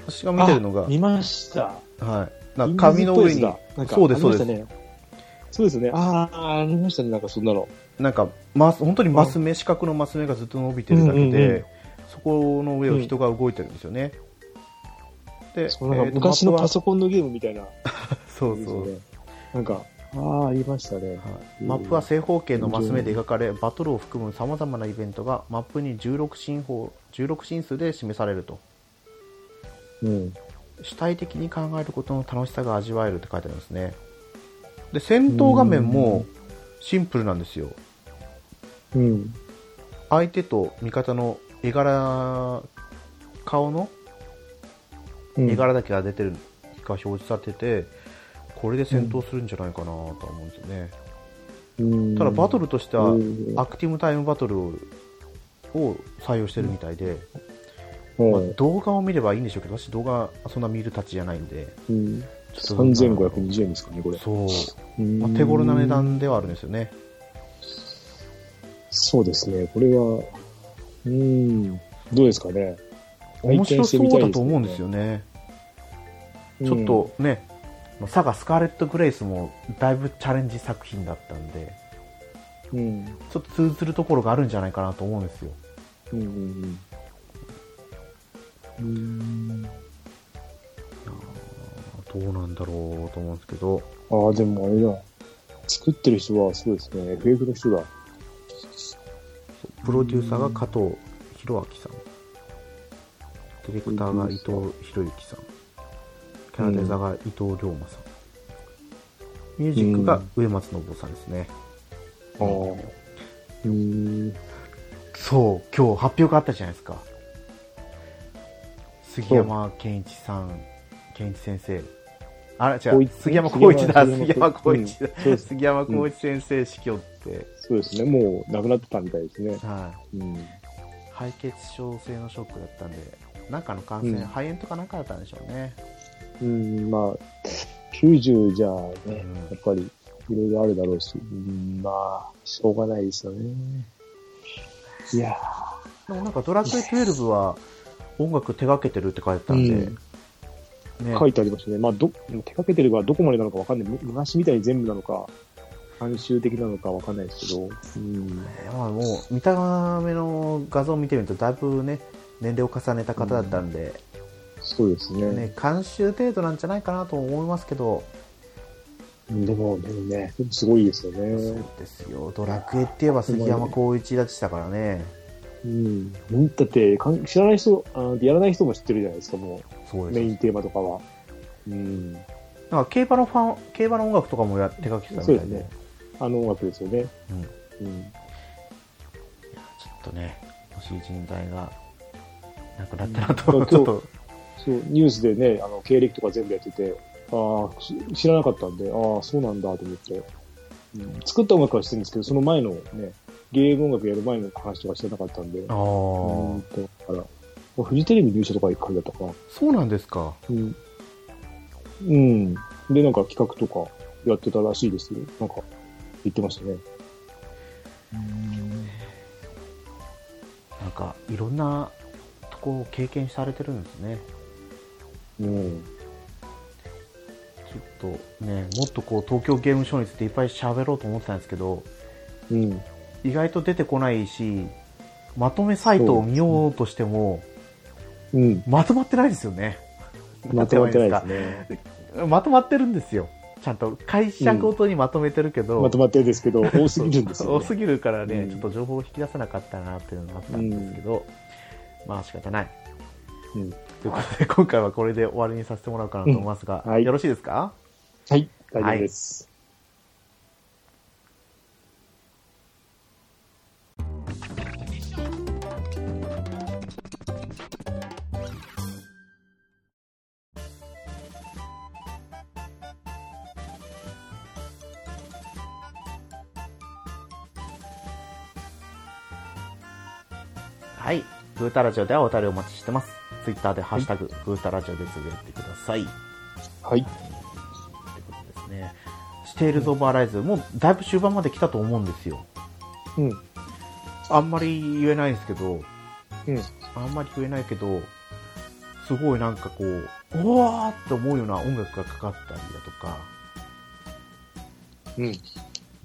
[SPEAKER 1] 私が見てるのが
[SPEAKER 2] あ、見ました。
[SPEAKER 1] はい、なんか紙の上に
[SPEAKER 2] インディーズっぽいやつだなんか
[SPEAKER 1] そうですそうです
[SPEAKER 2] ありましたねそうですよね。ああ、ありましたね。なんかそんなの。
[SPEAKER 1] なんかマス本当にマス目四角のマス目がずっと伸びてるだけで、
[SPEAKER 2] うんうんうん
[SPEAKER 1] そこの上を人が動いてるんですよね、で
[SPEAKER 2] そのなん
[SPEAKER 1] え
[SPEAKER 2] か
[SPEAKER 1] ーと
[SPEAKER 2] 昔の
[SPEAKER 1] マップは
[SPEAKER 2] パソコンのゲームみたいな。
[SPEAKER 1] そうそう、
[SPEAKER 2] ですよねなんか、ああ、ありました
[SPEAKER 1] は
[SPEAKER 2] ね。
[SPEAKER 1] いマップは正方形のマス目で描かれバトルを含むさまざまなイベントがマップに16進法16進数で示されると
[SPEAKER 2] うん。
[SPEAKER 1] 主体的に考えることの楽しさが味わえるって書いてありますねで戦闘画面もシンプルなんですよ
[SPEAKER 2] うん。
[SPEAKER 1] 相手と味方の絵柄顔の
[SPEAKER 2] うん
[SPEAKER 1] 絵柄だけが出てるが表示されててこれで戦闘するんじゃないかなとは思うんですよね、
[SPEAKER 2] うん
[SPEAKER 1] ただバトルとしては
[SPEAKER 2] うん
[SPEAKER 1] アクティブタイムバトルをを採用してるみたいで、まあ
[SPEAKER 2] はい
[SPEAKER 1] 動画を見ればいいんでしょうけど私動画そんな見るたちじゃないんで
[SPEAKER 2] うん3520円ですかね、これ。
[SPEAKER 1] そう、
[SPEAKER 2] うん
[SPEAKER 1] まあ、手頃な値段ではあるんですよね
[SPEAKER 2] そうですね、これは、うん、どうですかね。
[SPEAKER 1] 面白そうだと思うん
[SPEAKER 2] 体験してみたい
[SPEAKER 1] ですよね
[SPEAKER 2] うん
[SPEAKER 1] ちょっとね、まあサガスカーレット・グレイスもだいぶチャレンジ作品だったんで
[SPEAKER 2] うん、
[SPEAKER 1] ちょっと通ずるところがあるんじゃないかなと思うんですよ
[SPEAKER 2] うん、うん、うん。
[SPEAKER 1] どうなんだろうと思うんですけど
[SPEAKER 2] ああ、でもあれだ。作ってる人は、そうですね、FF の人だ。
[SPEAKER 1] プロデューサーが加藤弘明さんディレクターが伊藤博之さんキャラデザが伊藤龍馬さん、ミュージックが上松信夫さんですね、
[SPEAKER 2] ああ。うん。
[SPEAKER 1] そう今日発表があったじゃないですか杉山健一さん健一先生あれ違
[SPEAKER 2] 浩
[SPEAKER 1] う
[SPEAKER 2] 一
[SPEAKER 1] 杉山浩一だ
[SPEAKER 2] 杉
[SPEAKER 1] 杉
[SPEAKER 2] 山
[SPEAKER 1] 山
[SPEAKER 2] 浩
[SPEAKER 1] 浩
[SPEAKER 2] 一
[SPEAKER 1] 一だ
[SPEAKER 2] うんそうです
[SPEAKER 1] 杉山浩一先生死去って、
[SPEAKER 2] そうですね、もう、なくなってたみたいですね。
[SPEAKER 1] はい
[SPEAKER 2] うん。
[SPEAKER 1] 敗血症性のショックだったんで、なんかの感染、
[SPEAKER 2] うん
[SPEAKER 1] 肺炎とかなんかだったんでしょうね。
[SPEAKER 2] うん、まあ、90じゃ
[SPEAKER 1] う
[SPEAKER 2] ね、
[SPEAKER 1] ん
[SPEAKER 2] やっぱり、いろいろあるだろうし、うん、まあ、しょうがないですよね。いや
[SPEAKER 1] でもなんかドラクエ12は音楽手掛けてるって書いてたんで、ね
[SPEAKER 2] ー、書いてありましたね。まあ、ど、手掛けてるからどこまでなのかわかんない。む昔みたいに全部なのか、慣習的なのかわかんないですけど、うん。
[SPEAKER 1] まあもう見た目の画像を見てみるとだいぶね、年齢を重ねた方だったんで、
[SPEAKER 2] そうですね。
[SPEAKER 1] ね、監修程度なんじゃないかなと思いますけど、
[SPEAKER 2] うんでも、でもね、すごいですよ
[SPEAKER 1] そ
[SPEAKER 2] ね
[SPEAKER 1] う。ですよ、ドラクエって言えば杉山浩一だしたからね、
[SPEAKER 2] うん。だって、かん知らない人、あーやらない人も知ってるじゃないですか、も
[SPEAKER 1] そう
[SPEAKER 2] う。
[SPEAKER 1] です
[SPEAKER 2] メ
[SPEAKER 1] よ
[SPEAKER 2] インテーマとかは。うん。
[SPEAKER 1] なんか競馬のファン、競馬の音楽とかもや手掛けてたみた
[SPEAKER 2] そう
[SPEAKER 1] い
[SPEAKER 2] です
[SPEAKER 1] で、
[SPEAKER 2] ね。あの音楽ですよね。
[SPEAKER 1] うん
[SPEAKER 2] うん。
[SPEAKER 1] ちょっとね、惜しい人材がなくなったなと、
[SPEAKER 2] うん
[SPEAKER 1] ちょっと、
[SPEAKER 2] そう、ニュースでね、あの、経歴とか全部やってて、ああ、し知らなかったんで、ああ、そうなんだと思って、うん作った音楽はしてるんですけど、その前のね、ゲーム音楽やる前の話とかしてなかったんで、
[SPEAKER 1] ああ、
[SPEAKER 2] うんと、だから、フジテレビ入社とか一回だったかな。
[SPEAKER 1] そうなんですか。
[SPEAKER 2] うん。うん。で、なんか企画とかやってたらしいですよ。なんか、言ってましたね。
[SPEAKER 1] なんかいろんなとこを経験されてるんですね
[SPEAKER 2] うん。
[SPEAKER 1] ちょっとねもっとこう東京ゲームショウについていっぱい喋ろうと思ってたんですけど
[SPEAKER 2] うん。
[SPEAKER 1] 意外と出てこないしまとめサイトを見ようとしても、
[SPEAKER 2] うん。
[SPEAKER 1] まとまってないですよね
[SPEAKER 2] まとまってないです
[SPEAKER 1] ね
[SPEAKER 2] ね。
[SPEAKER 1] まとまってるんですよちゃんと会社ごとにまとめてるけど、
[SPEAKER 2] まとまってるんですけど、多すぎるんですよ、
[SPEAKER 1] 多
[SPEAKER 2] ね。
[SPEAKER 1] すぎるからね、
[SPEAKER 2] うん
[SPEAKER 1] ちょっと情報を引き出せなかったなっていうのがあったんですけど、まあ仕方ない。
[SPEAKER 2] うん
[SPEAKER 1] ということで、今回はこれで終わりにさせてもらおうかなと思いますが、
[SPEAKER 2] うんはい
[SPEAKER 1] よろしいですか
[SPEAKER 2] はい。大丈夫です。
[SPEAKER 1] はい。グータラジオではお便りお待ちしてます。ツイッターでハッシュタグ、グータラジオでつぶやいてください。って
[SPEAKER 2] はい。
[SPEAKER 1] ことですね。ステイルズ・オブ・アライズ、もうだいぶ終盤まで来たと思うんですよ。
[SPEAKER 2] うん。
[SPEAKER 1] あんまり言えないんですけど、
[SPEAKER 2] うん。
[SPEAKER 1] あんまり言えないけど、すごいなんかこう、おわーって思うような音楽がかかったりだとか、
[SPEAKER 2] うん。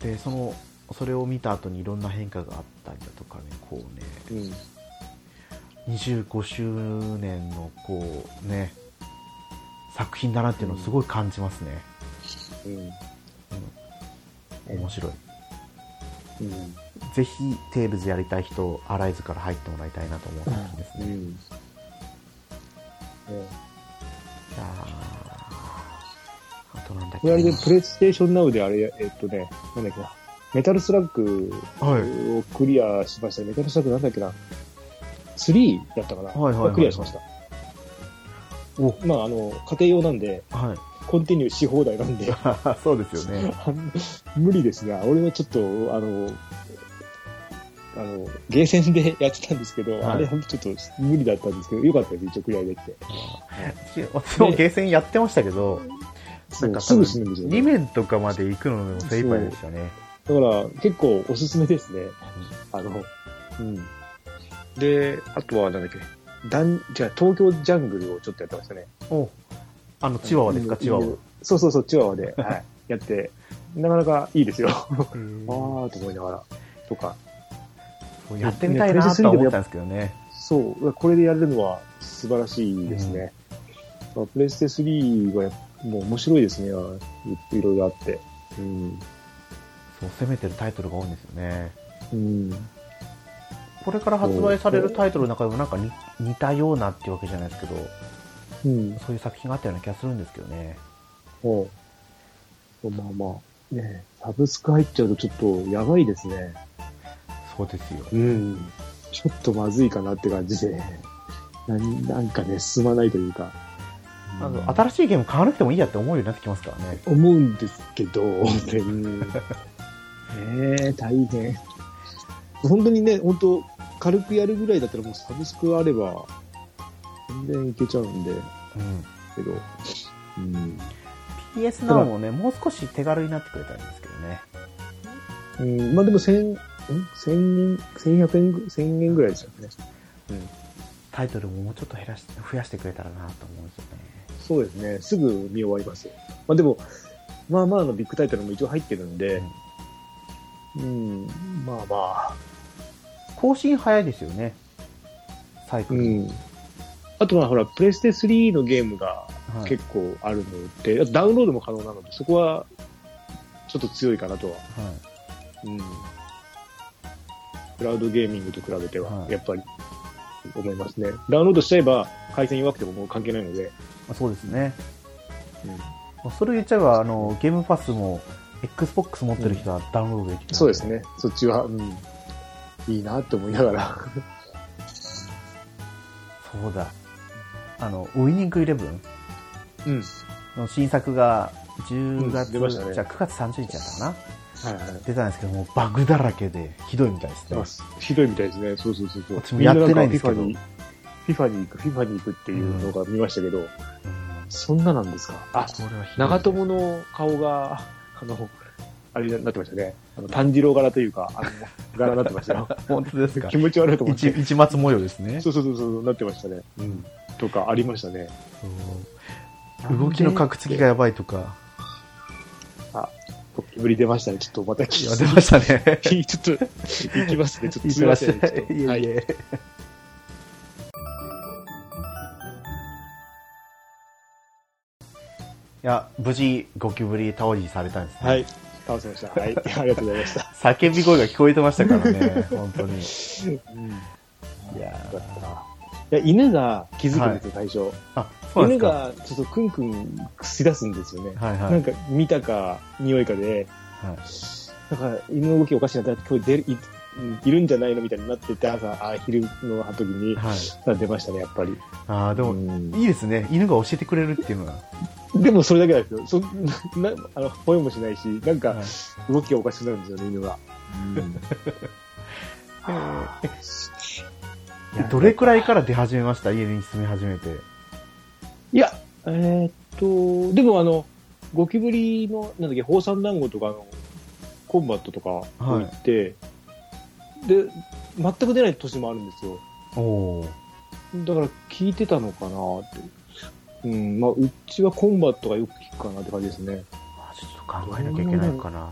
[SPEAKER 1] でそのそれを見た後にいろんな変化があったりだとかねこうね
[SPEAKER 2] うん。
[SPEAKER 1] 25周年のこうね作品だなっていうのをすごい感じますね、
[SPEAKER 2] うん。
[SPEAKER 1] うん面白い
[SPEAKER 2] うん。
[SPEAKER 1] ぜひテーブズやりたい人アライズから入ってもらいたいなと思う作品です
[SPEAKER 2] う
[SPEAKER 1] ね、い
[SPEAKER 2] ん。ね
[SPEAKER 1] やーあとなんだっけ
[SPEAKER 2] これあれで
[SPEAKER 1] な、
[SPEAKER 2] プレイステーションナウであれ、えっとね、なんだっけな。メタルスラッグ
[SPEAKER 1] はい、
[SPEAKER 2] をクリアしました。メタルスラッグなんだっけな。3だったかな。
[SPEAKER 1] はいはいはい
[SPEAKER 2] クリアしました。
[SPEAKER 1] お
[SPEAKER 2] まあ、あの、家庭用なんで、
[SPEAKER 1] は
[SPEAKER 2] コンティニューし放題なんで、
[SPEAKER 1] いそうですよね
[SPEAKER 2] あの無理ですが、俺はちょっと、あの、あの、ゲーセンでやってたんですけど、
[SPEAKER 1] はい
[SPEAKER 2] あれはちょっと無理だったんですけど、よかったです、一応クリアできて。
[SPEAKER 1] 私私もゲーセンやってましたけど、
[SPEAKER 2] そう
[SPEAKER 1] か
[SPEAKER 2] すぐ死ぬんですよ、
[SPEAKER 1] 2面とかまで行くのでも精一杯でしたね
[SPEAKER 2] だから結構おすすめですね。あの、うん。で、あとはなんだっけ、ダン、じゃあ東京ジャングルをちょっとやってましたね。
[SPEAKER 1] おあのチワワですか
[SPEAKER 2] うん
[SPEAKER 1] チワワ
[SPEAKER 2] うんそうそうそう、チワワ で、はい、やって、なかなかいいですよ。 ああ
[SPEAKER 1] あ
[SPEAKER 2] ーと思いながら。とか、
[SPEAKER 1] ーやってみたいなとは思ったんですけどね。
[SPEAKER 2] そう、これでやれるのは素晴らしいですね。まあプレステ3はやもう面白いですね、いいろいろあって。うん。
[SPEAKER 1] そう、攻めてるタイトルが多いんですよね。
[SPEAKER 2] うん。
[SPEAKER 1] これから発売されるタイトルの中でもなんかに似たようなっていうわけじゃないですけど、
[SPEAKER 2] うん。
[SPEAKER 1] そういう作品があったような気がするんですけどね。
[SPEAKER 2] ほうまあまあ、ねサブスク入っちゃうとちょっとやばいですね。
[SPEAKER 1] そうですよ。
[SPEAKER 2] うん。ちょっとまずいかなって感じで、 なんなんかね、進まないというか。
[SPEAKER 1] あ
[SPEAKER 2] うん
[SPEAKER 1] の新しいゲーム買わなくてもいいやって思うようになってきますからね。
[SPEAKER 2] 思うんですけど、 ね、え大変。本当にね、本当軽くやるぐらいだったらもうサブスクあれば、全然いけちゃうんで、
[SPEAKER 1] うん。
[SPEAKER 2] けど、うん。
[SPEAKER 1] PS なおもね、もう少し手軽になってくれたらいいんですけどね。
[SPEAKER 2] うん、まあでも千、ん千円、千百円ぐ、千円ぐらいですよね。
[SPEAKER 1] タイトルももうちょっと減らし増やしてくれたらなと思うんですよね。
[SPEAKER 2] そうですね、すぐ見終わりますよ。まあでも、まあまあのビッグタイトルも一応入ってるんで、うん、まあまあ、
[SPEAKER 1] 更新早いですよね。サイク
[SPEAKER 2] う
[SPEAKER 1] ル。
[SPEAKER 2] ん。あとはほら、プレステ3のゲームが
[SPEAKER 1] はい
[SPEAKER 2] 結構あるので、あとダウンロードも可能なので、そこはちょっと強いかなとは。
[SPEAKER 1] はい
[SPEAKER 2] うん。クラウドゲーミングと比べては
[SPEAKER 1] は、い
[SPEAKER 2] やっぱり思いますね。ダウンロードしちゃえば、回線弱くてももう関係ないので、
[SPEAKER 1] まあそうですね。
[SPEAKER 2] うん
[SPEAKER 1] まあそれを言っちゃえば、あの、ゲームパスも、Xbox 持ってる人はダウンロードできる、
[SPEAKER 2] そうです。ね。そっちは、うん、いいなって思いながら。
[SPEAKER 1] そうだ。あの、ウイニングイレブン
[SPEAKER 2] うん。
[SPEAKER 1] の新作が、10
[SPEAKER 2] う
[SPEAKER 1] 月、
[SPEAKER 2] ん出ましたね
[SPEAKER 1] じゃあ9月30日だったかな
[SPEAKER 2] はいはい。
[SPEAKER 1] 出たんですけども、バグだらけで、ひどいみたいですね
[SPEAKER 2] ま。あ、ひどいみたいですね。そうそうそうそう。
[SPEAKER 1] 私もやってないんですけど
[SPEAKER 2] みななんか FIFA に FIFA に行く、FIFA に行くっていうのが見ましたけど、
[SPEAKER 1] うん
[SPEAKER 2] そんななんですかあ、
[SPEAKER 1] これはひどいですね
[SPEAKER 2] 長友の顔が、あの、あれになってましたね。あの、炭治郎柄というか、あ の、柄になってましたよ。
[SPEAKER 1] 本当ですか
[SPEAKER 2] 気持ち悪いと思っ
[SPEAKER 1] 一
[SPEAKER 2] て。
[SPEAKER 1] 一松模様ですね
[SPEAKER 2] そうそうそうそう、なってましたね。
[SPEAKER 1] うん
[SPEAKER 2] とかありましたね。
[SPEAKER 1] そう動きの格付きがやばいとか
[SPEAKER 2] ゴキブリ出ましたね。ちょっとまた
[SPEAKER 1] い
[SPEAKER 2] 聞
[SPEAKER 1] や出ましたね
[SPEAKER 2] き、 ちょっと、 行きますね。ちょっとすいません。ちょっと
[SPEAKER 1] いえい
[SPEAKER 2] はい。
[SPEAKER 1] えいや無事ゴキブリ倒りされたんですね、
[SPEAKER 2] はい。倒せました。はい。 ありがとうございました。
[SPEAKER 1] 叫び声が聞こえてましたから ね本当にい
[SPEAKER 2] うん。よ
[SPEAKER 1] や
[SPEAKER 2] かったな。いや、犬が気づくんですよ、最初。
[SPEAKER 1] あそうなんです
[SPEAKER 2] 犬
[SPEAKER 1] か
[SPEAKER 2] がちょっとクンクンくすり出すんですよね。
[SPEAKER 1] はいは
[SPEAKER 2] なん
[SPEAKER 1] い、
[SPEAKER 2] か見たか匂いかで、
[SPEAKER 1] はい、
[SPEAKER 2] なんか犬の動きおかしいな、だって今日出るいいるんじゃないのみたいになってて、朝、あ昼の時に、
[SPEAKER 1] はい、
[SPEAKER 2] 出ましたね、やっぱり。
[SPEAKER 1] ああで
[SPEAKER 2] で
[SPEAKER 1] も、
[SPEAKER 2] も、
[SPEAKER 1] いいですね犬が教えてくれるっていうのが、
[SPEAKER 2] でもそれだけなん ですよ。そなあの吠えもしないし、なん
[SPEAKER 1] は
[SPEAKER 2] か
[SPEAKER 1] い
[SPEAKER 2] 動きがおかしくなるんですよね、犬が。いや
[SPEAKER 1] どれくらいから出始めました家に住み始めて
[SPEAKER 2] いや、えーっと、でもあの、ゴキブリの、なんだっけ、放散団子とかの、コンバットとか置いて、で、全く出ない年もあるんですよ。
[SPEAKER 1] おおー
[SPEAKER 2] だから聞いてたのかなって。うん、まあ、うちはコンバットがよく聞くかなって感じですね。
[SPEAKER 1] あちょっと考えなきゃいけないかな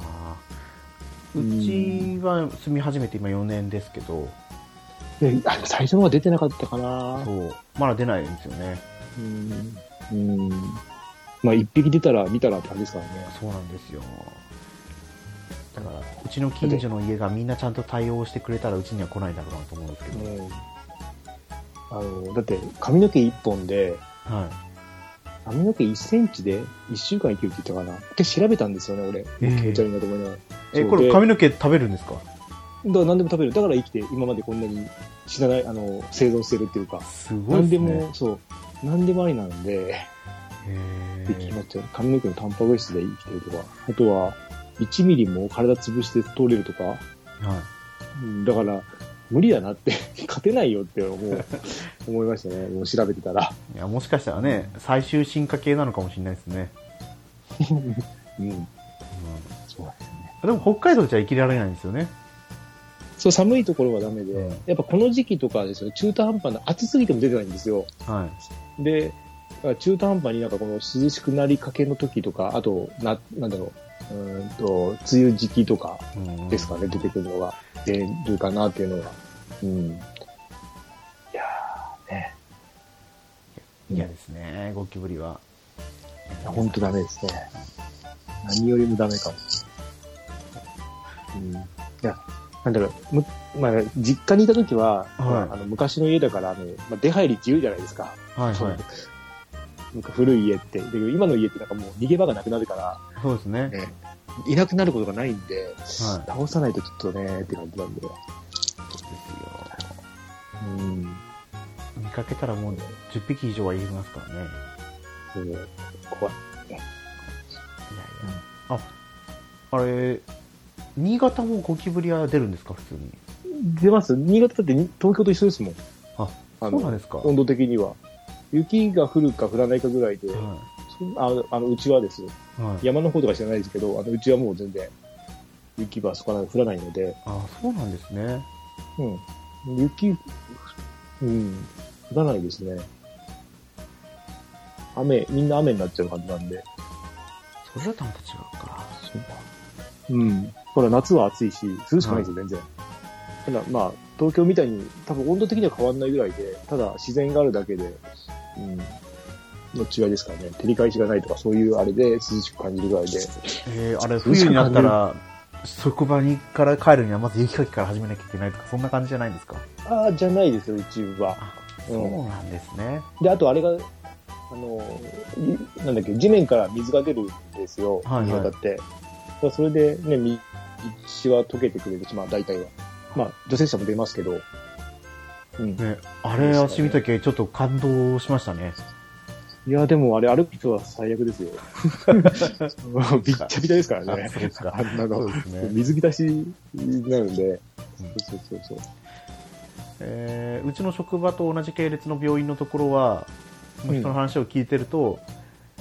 [SPEAKER 1] う
[SPEAKER 2] うん
[SPEAKER 1] ちは住み始めて今4年ですけど
[SPEAKER 2] であ最初のは出てなかったかな。
[SPEAKER 1] そうまだ出ないんですよね
[SPEAKER 2] うん。うん。まあ、一匹出たら見たらって感じですからね。
[SPEAKER 1] そうなんですよだからうちの近所の家がみんなちゃんと対応してくれたらうちには来ないだろうなと思うんですけど、
[SPEAKER 2] うん。あの、だって髪の毛一本で、
[SPEAKER 1] はい
[SPEAKER 2] 髪の毛1センチで1週間生きるって言ったかなって調べたんですよね、俺。
[SPEAKER 1] ええ
[SPEAKER 2] 気持ち悪いなと思いながら。
[SPEAKER 1] え
[SPEAKER 2] そう
[SPEAKER 1] これ
[SPEAKER 2] で
[SPEAKER 1] 髪の毛食べるんですか
[SPEAKER 2] だから何でも食べる。だから生きて、今までこんなに死なない、あの、生存してるっていうか。
[SPEAKER 1] すごい
[SPEAKER 2] 何
[SPEAKER 1] で
[SPEAKER 2] です
[SPEAKER 1] ね
[SPEAKER 2] も、そう。何でもありなんで、
[SPEAKER 1] へ
[SPEAKER 2] できましたよ。髪の毛のタンパク質で生きてるとか。あとは、1ミリも体潰して通れるとか。
[SPEAKER 1] え、はい、
[SPEAKER 2] うんだから、無理だなって、 勝てないよって思 う、思いましたね。もう調べてたら。
[SPEAKER 1] いやもしかしたらね最終進化系なのかもしれないですね、
[SPEAKER 2] うん。
[SPEAKER 1] う
[SPEAKER 2] そうですね。
[SPEAKER 1] ん、でも北海道じゃ生きられないんですよね
[SPEAKER 2] そう、寒いところはダメで、
[SPEAKER 1] うん
[SPEAKER 2] やっぱこの時期とかですよ、中途半端な、暑すぎても出てないんですよ。
[SPEAKER 1] はい
[SPEAKER 2] で、だから中途半端になんかこの涼しくなりかけの時とか、あと、な、なんだろう、うーんと、梅雨時期とか
[SPEAKER 1] うん
[SPEAKER 2] ですかね、出てくるのが、出るかなっていうのが。うん。いやーね。
[SPEAKER 1] いやですねゴキブリは
[SPEAKER 2] ほんとダメですね。何よりもダメかも。うん。いや、なんだろう、むまあ、実家にいた時は、
[SPEAKER 1] はい
[SPEAKER 2] あの昔の家だから、あのまあ、出入り自由じゃないですか。
[SPEAKER 1] はい
[SPEAKER 2] そ
[SPEAKER 1] は
[SPEAKER 2] う
[SPEAKER 1] い
[SPEAKER 2] なんか古い家って。だけど今の家ってなんかもう逃げ場がなくなるから、
[SPEAKER 1] そうですね
[SPEAKER 2] いなくなることがないんで、
[SPEAKER 1] はい
[SPEAKER 2] 倒さないとちょっとね、って感じなんで。
[SPEAKER 1] ですよ
[SPEAKER 2] うん。
[SPEAKER 1] 見かけたらもう10匹以上はいますからねいやい
[SPEAKER 2] そう怖い。
[SPEAKER 1] やああれ新潟もゴキブリは出るんですか普通に
[SPEAKER 2] 出ます新潟だってに東京と一緒ですもん。
[SPEAKER 1] あ、
[SPEAKER 2] あ
[SPEAKER 1] そうなん
[SPEAKER 2] の、
[SPEAKER 1] ですか、
[SPEAKER 2] 温度的には。雪が降るか降らないかぐらいで、
[SPEAKER 1] は
[SPEAKER 2] あのあのうちはですよ。
[SPEAKER 1] いはい、
[SPEAKER 2] 山の方とか知らないですけど、あのうちはもう全然雪はそこら辺降らないので、
[SPEAKER 1] あそうなんですね
[SPEAKER 2] うん。雪、うん、降らないですね。雨、みんな雨になっちゃう感じなんで。
[SPEAKER 1] それだとまた違うか
[SPEAKER 2] そうか。うん。ほら、夏は暑いし、涼しくないですよ、全然。ただ、まあ、東京みたいに、多分温度的には変わんないぐらいで、ただ自然があるだけで、うん、の違いですからね。照り返しがないとか、そういうあれで涼しく感じるぐらいで。
[SPEAKER 1] えー、あれ冬になったら職場にから帰るにはまず雪かきから始めなきゃいけないとかそんな感じじゃないんですか
[SPEAKER 2] ああ、じゃないですよ、うちは。
[SPEAKER 1] あ
[SPEAKER 2] う
[SPEAKER 1] そ
[SPEAKER 2] ん
[SPEAKER 1] うなんですね、
[SPEAKER 2] で、あとあれが、あの、いなんだっけ、地面から水が出るんですよ、
[SPEAKER 1] はいはい
[SPEAKER 2] 新潟って。だからそれでね、み道は溶けてくれるし、まあ大体は。まあ、除雪車も出ますけど。うん。
[SPEAKER 1] ねあれ足見たけちょっと感動しましたね
[SPEAKER 2] いや、でもあれ歩く人は最 悪ですよ。びっちゃびちゃですからね。
[SPEAKER 1] そうですか
[SPEAKER 2] あんなの
[SPEAKER 1] そうですね
[SPEAKER 2] 水浸しになるんで。そうそうそうそう。
[SPEAKER 1] えーうちの職場と同じ系列の病院のところは、
[SPEAKER 2] うん
[SPEAKER 1] 人の話を聞いてると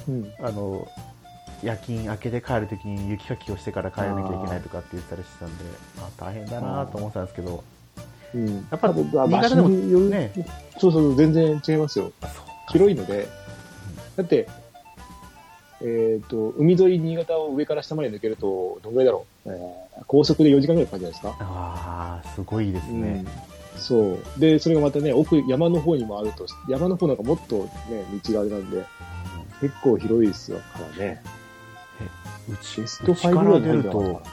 [SPEAKER 2] うん。
[SPEAKER 1] あの夜勤明けて帰るときに雪かきをしてから帰らなきゃいけないとかって言ったりしてたんで、まあ、大変だなと思ってたんですけど、
[SPEAKER 2] うん。や
[SPEAKER 1] っぱ
[SPEAKER 2] 新
[SPEAKER 1] 新潟でもね
[SPEAKER 2] ね、そうそう、全然違いますよ。
[SPEAKER 1] あそう
[SPEAKER 2] 広いので、だって、えっ、と、海沿い新潟を上から下まで抜けると、どんぐらいだろう、えー高速で4時間ぐらいかかるじゃないですか。
[SPEAKER 1] ああ、すごいですね。
[SPEAKER 2] そう。で、それがまたね、奥、山の方にもあると、山の方なんかもっとね、道があれなんで、結構広いですよ。からね。
[SPEAKER 1] うち
[SPEAKER 2] ベ
[SPEAKER 1] う
[SPEAKER 2] ス
[SPEAKER 1] ち
[SPEAKER 2] ト
[SPEAKER 1] か
[SPEAKER 2] 5ぐら
[SPEAKER 1] ら
[SPEAKER 2] いに
[SPEAKER 1] 出
[SPEAKER 2] 入
[SPEAKER 1] る
[SPEAKER 2] んじゃ
[SPEAKER 1] と、
[SPEAKER 2] な
[SPEAKER 1] ど
[SPEAKER 2] い
[SPEAKER 1] れ
[SPEAKER 2] か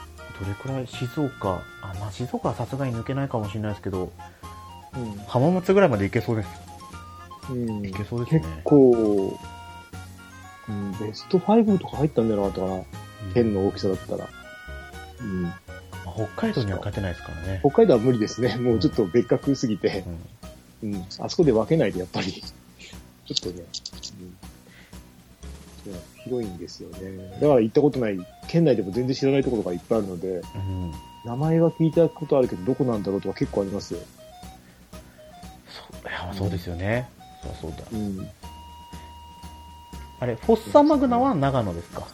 [SPEAKER 1] くらい静岡、あ、まあ、静岡はさすがに抜けないかもしれないですけど、
[SPEAKER 2] な
[SPEAKER 1] 浜松ぐらいまで行けそうです。
[SPEAKER 2] うん。うん
[SPEAKER 1] 行けそうですね
[SPEAKER 2] 結。構、うん、ベスト5とか入ったんじゃなかったかな。県
[SPEAKER 1] うん
[SPEAKER 2] の大きさだったら。うん。
[SPEAKER 1] まあ北海道には勝てないですからね。
[SPEAKER 2] 北海道は無理ですね。もうちょっと別格すぎて
[SPEAKER 1] う。ん
[SPEAKER 2] うん。あそこで分けないとやっぱり、ちょっとね、うんいや広いんですよね。だから行ったことない、県内でも全然知らないところがいっぱいあるので、
[SPEAKER 1] うん
[SPEAKER 2] 名前は聞いたことあるけど、どこなんだろうとか結構ありますよ。
[SPEAKER 1] そういやそうですよね。そうそうだ。
[SPEAKER 2] うん。
[SPEAKER 1] あれ、フォッサマグナは長野ですか。
[SPEAKER 2] フ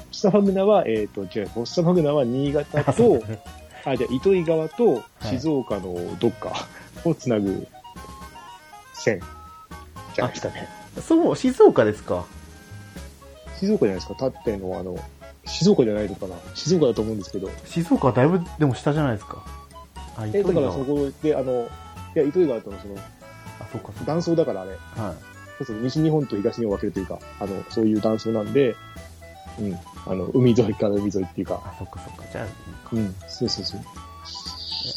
[SPEAKER 2] ォッサマグナは、えっ、と、違う、フォッサマグナは新潟と、あ、じゃあ糸魚川と静岡のどっかをつなぐ線じゃないですかね。
[SPEAKER 1] そう、静岡ですか。
[SPEAKER 2] 静岡じゃないですか、たってのあの、静岡じゃないのかな、静岡だと思うんですけど、
[SPEAKER 1] 静岡はだいぶでも下じゃないですか。あ、
[SPEAKER 2] え、
[SPEAKER 1] 糸
[SPEAKER 2] だ
[SPEAKER 1] 魚
[SPEAKER 2] か
[SPEAKER 1] 川。
[SPEAKER 2] らそこで、あの、いや、糸魚川とのその、
[SPEAKER 1] あ、そうか、そうか。
[SPEAKER 2] 断層だからあれ、
[SPEAKER 1] はい。
[SPEAKER 2] そうそう西日本と東日本を分けるというか、あの、そういう断層なんで、うん、あの、海沿いから海沿いっていうか、
[SPEAKER 1] あ、そっかそっか。じゃあ、
[SPEAKER 2] うん、そうそうそう。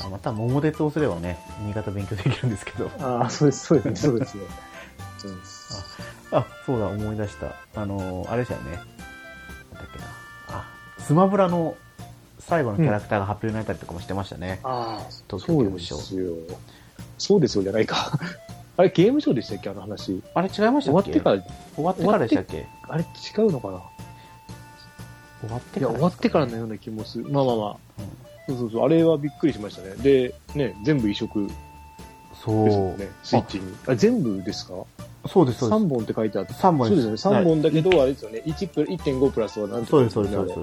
[SPEAKER 1] あまた桃鉄をすればね、新潟勉強できるんですけど。
[SPEAKER 2] ああ、そうです、そうですね、そうですね。 うん
[SPEAKER 1] あ、そうだ、思い出した。あのーあれでしたよね。なんだっけな。あ、スマブラの最後のキャラクターが発表になったりとかもしてましたね。
[SPEAKER 2] ああ、
[SPEAKER 1] 東
[SPEAKER 2] そ
[SPEAKER 1] 京ゲ
[SPEAKER 2] う
[SPEAKER 1] ーム
[SPEAKER 2] で
[SPEAKER 1] ショウ
[SPEAKER 2] すよ。そうですよじゃないか。 あれ、ゲームショーでしたっけあの話。
[SPEAKER 1] あれ違いました
[SPEAKER 2] 終
[SPEAKER 1] っ
[SPEAKER 2] わっ
[SPEAKER 1] け
[SPEAKER 2] てから、
[SPEAKER 1] 終わってからでしたっけ
[SPEAKER 2] あれ違うのかな
[SPEAKER 1] 終わって
[SPEAKER 2] い
[SPEAKER 1] か
[SPEAKER 2] や、
[SPEAKER 1] ら
[SPEAKER 2] 終わってから
[SPEAKER 1] ね。
[SPEAKER 2] のような気もする。まあまあまあ。
[SPEAKER 1] うん
[SPEAKER 2] そうそうそう、あれはびっくりしましたね。で、ね、全部移植で
[SPEAKER 1] そう
[SPEAKER 2] すもんね、スイッチに。あ全部ですか
[SPEAKER 1] そうです、そう
[SPEAKER 2] ?3
[SPEAKER 1] で
[SPEAKER 2] 本って書いてあって。
[SPEAKER 1] す。3
[SPEAKER 2] そう
[SPEAKER 1] 本
[SPEAKER 2] で
[SPEAKER 1] です
[SPEAKER 2] よね、
[SPEAKER 1] す。
[SPEAKER 2] 3本だけど、あれですよね、1プ1.5プラスはなん
[SPEAKER 1] はい
[SPEAKER 2] て
[SPEAKER 1] そうで
[SPEAKER 2] 言ん
[SPEAKER 1] す、そうです、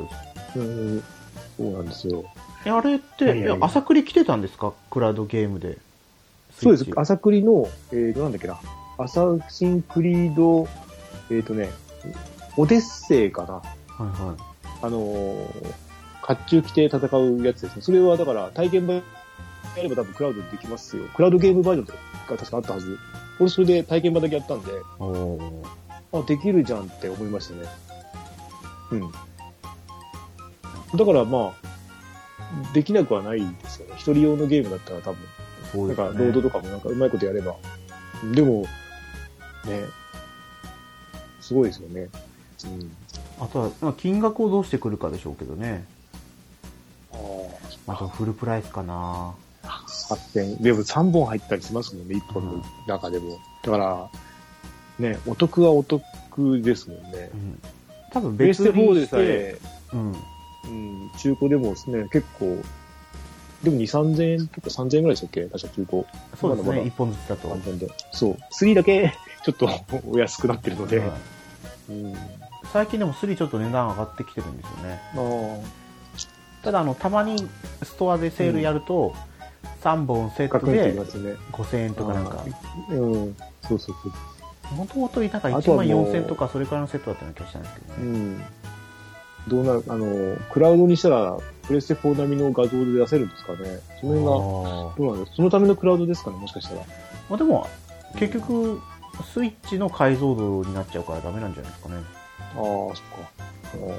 [SPEAKER 1] そう
[SPEAKER 2] よ
[SPEAKER 1] で
[SPEAKER 2] ね
[SPEAKER 1] す。そうです
[SPEAKER 2] あれうんそうなんですよ。
[SPEAKER 1] えあれって、
[SPEAKER 2] いやい
[SPEAKER 1] い
[SPEAKER 2] やいや
[SPEAKER 1] や、朝栗来てたんですかクラウドゲームで。
[SPEAKER 2] そうです、
[SPEAKER 1] あ、
[SPEAKER 2] 朝栗の、えっ、と、なんだっけな、アサシンクリード、えっ、とね、オデッセイかな。
[SPEAKER 1] はいはい。
[SPEAKER 2] あのー、甲冑着て戦うやつですね。それはだから体験版やれば多分クラウドできますよ。クラウドゲームバージョンとかが確かあったはず。俺それで体験版だけやったんで、
[SPEAKER 1] おー
[SPEAKER 2] あ、できるじゃんって思いましたね。うん。だからまあ、できなくはないですよね。一人用のゲームだったら多分。
[SPEAKER 1] そうで
[SPEAKER 2] なん
[SPEAKER 1] すね。
[SPEAKER 2] かロードとかもなんかうまいことやれば。でも、ね、すごいですよね。うん。
[SPEAKER 1] あとは、まあ金額をどうしてくるかでしょうけどね。
[SPEAKER 2] ああ。
[SPEAKER 1] まあ、フルプライスかな。
[SPEAKER 2] 発展。でも3本入ったりしますもんね、1本の中でも。だから、ね、お得はお得ですもんね
[SPEAKER 1] う。ん。多分
[SPEAKER 2] ベース
[SPEAKER 1] 別
[SPEAKER 2] テ4
[SPEAKER 1] に
[SPEAKER 2] で
[SPEAKER 1] し
[SPEAKER 2] さ
[SPEAKER 1] て、
[SPEAKER 2] え、
[SPEAKER 1] うん。
[SPEAKER 2] うん、中古でもですね、結構、でも2、3000円とか3000円ぐらいでしたっけ確か中古。
[SPEAKER 1] そうです
[SPEAKER 2] まだまだ
[SPEAKER 1] ね、一本ずつだと。
[SPEAKER 2] 簡単で。そう。3だけ、 ちょっとお安くなってるので。
[SPEAKER 1] はい
[SPEAKER 2] うん。あ
[SPEAKER 1] 最近でも3ちょっと値段上がってきてるんですよね。
[SPEAKER 2] あ。
[SPEAKER 1] ただ、あの、たまにストアでセールやると、3本セッ
[SPEAKER 2] 価
[SPEAKER 1] ト
[SPEAKER 2] 格に
[SPEAKER 1] で
[SPEAKER 2] なますね。
[SPEAKER 1] 5000円とかなんか、
[SPEAKER 2] うん。そうそうそう。
[SPEAKER 1] もともとなんか
[SPEAKER 2] あと
[SPEAKER 1] 1
[SPEAKER 2] は
[SPEAKER 1] 万
[SPEAKER 2] もう
[SPEAKER 1] 4000とかそれくらいのセットだったような気がしたんですけど
[SPEAKER 2] う
[SPEAKER 1] ね。
[SPEAKER 2] ん。どうなる、あの、クラウドにしたら、プレステ4並みの画像で出せるんですかね。その辺が、
[SPEAKER 1] あー
[SPEAKER 2] どうなんですそのためのクラウドですかね、もしかしたら。
[SPEAKER 1] まあでも、結、局、スイッチの解像度になっちゃうからダメなんじゃないですかね。
[SPEAKER 2] ああ、そっか。あー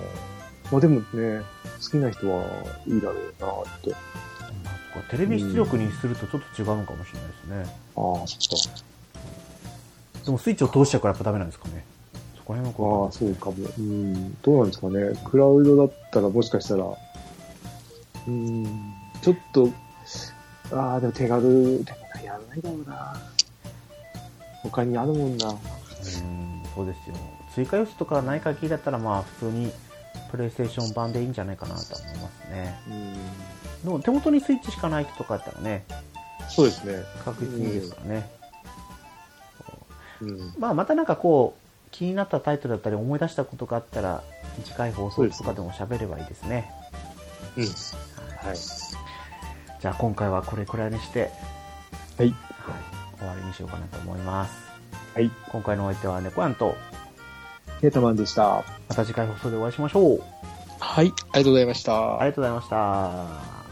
[SPEAKER 2] まあでもね、好きな人はいいだろうなって。あ
[SPEAKER 1] まあそっかテレビ出力にするとちょっと違うのかもしれないですね。
[SPEAKER 2] あ、そっか。
[SPEAKER 1] でもスイッチを通しちゃうからやっぱダメなんですかね。そこら辺
[SPEAKER 2] あ
[SPEAKER 1] は
[SPEAKER 2] あ、そうかも。うん。どうなんですかね。クラウドだったらもしかしたら、うん、ちょっと、ああ、でも手軽、手軽やらないだろうな。他にあるもんな。
[SPEAKER 1] うん、そうですよ。追加要素とかない限りだったらまあ普通にプレイステーション版でいいんじゃないかなとは思いますね。
[SPEAKER 2] うん。
[SPEAKER 1] でも手元にスイッチしかない人とかだったらね、
[SPEAKER 2] そうですね。
[SPEAKER 1] 確実にいいですからね。
[SPEAKER 2] うん。
[SPEAKER 1] まあまたなんかこ気になったタイトルだったり思い出したことがあったら短い放送とかでも喋ればいいですね
[SPEAKER 2] うん。はい。
[SPEAKER 1] じゃあ今回はこれくらいにして、
[SPEAKER 2] はい。
[SPEAKER 1] はい、終わりにしようかなと思います
[SPEAKER 2] はい。
[SPEAKER 1] 今回のお相手は猫やんと
[SPEAKER 2] ケータマンでした。
[SPEAKER 1] また次回放送でお会いしましょう
[SPEAKER 2] はい。ありがとうございました。
[SPEAKER 1] ありがとうございました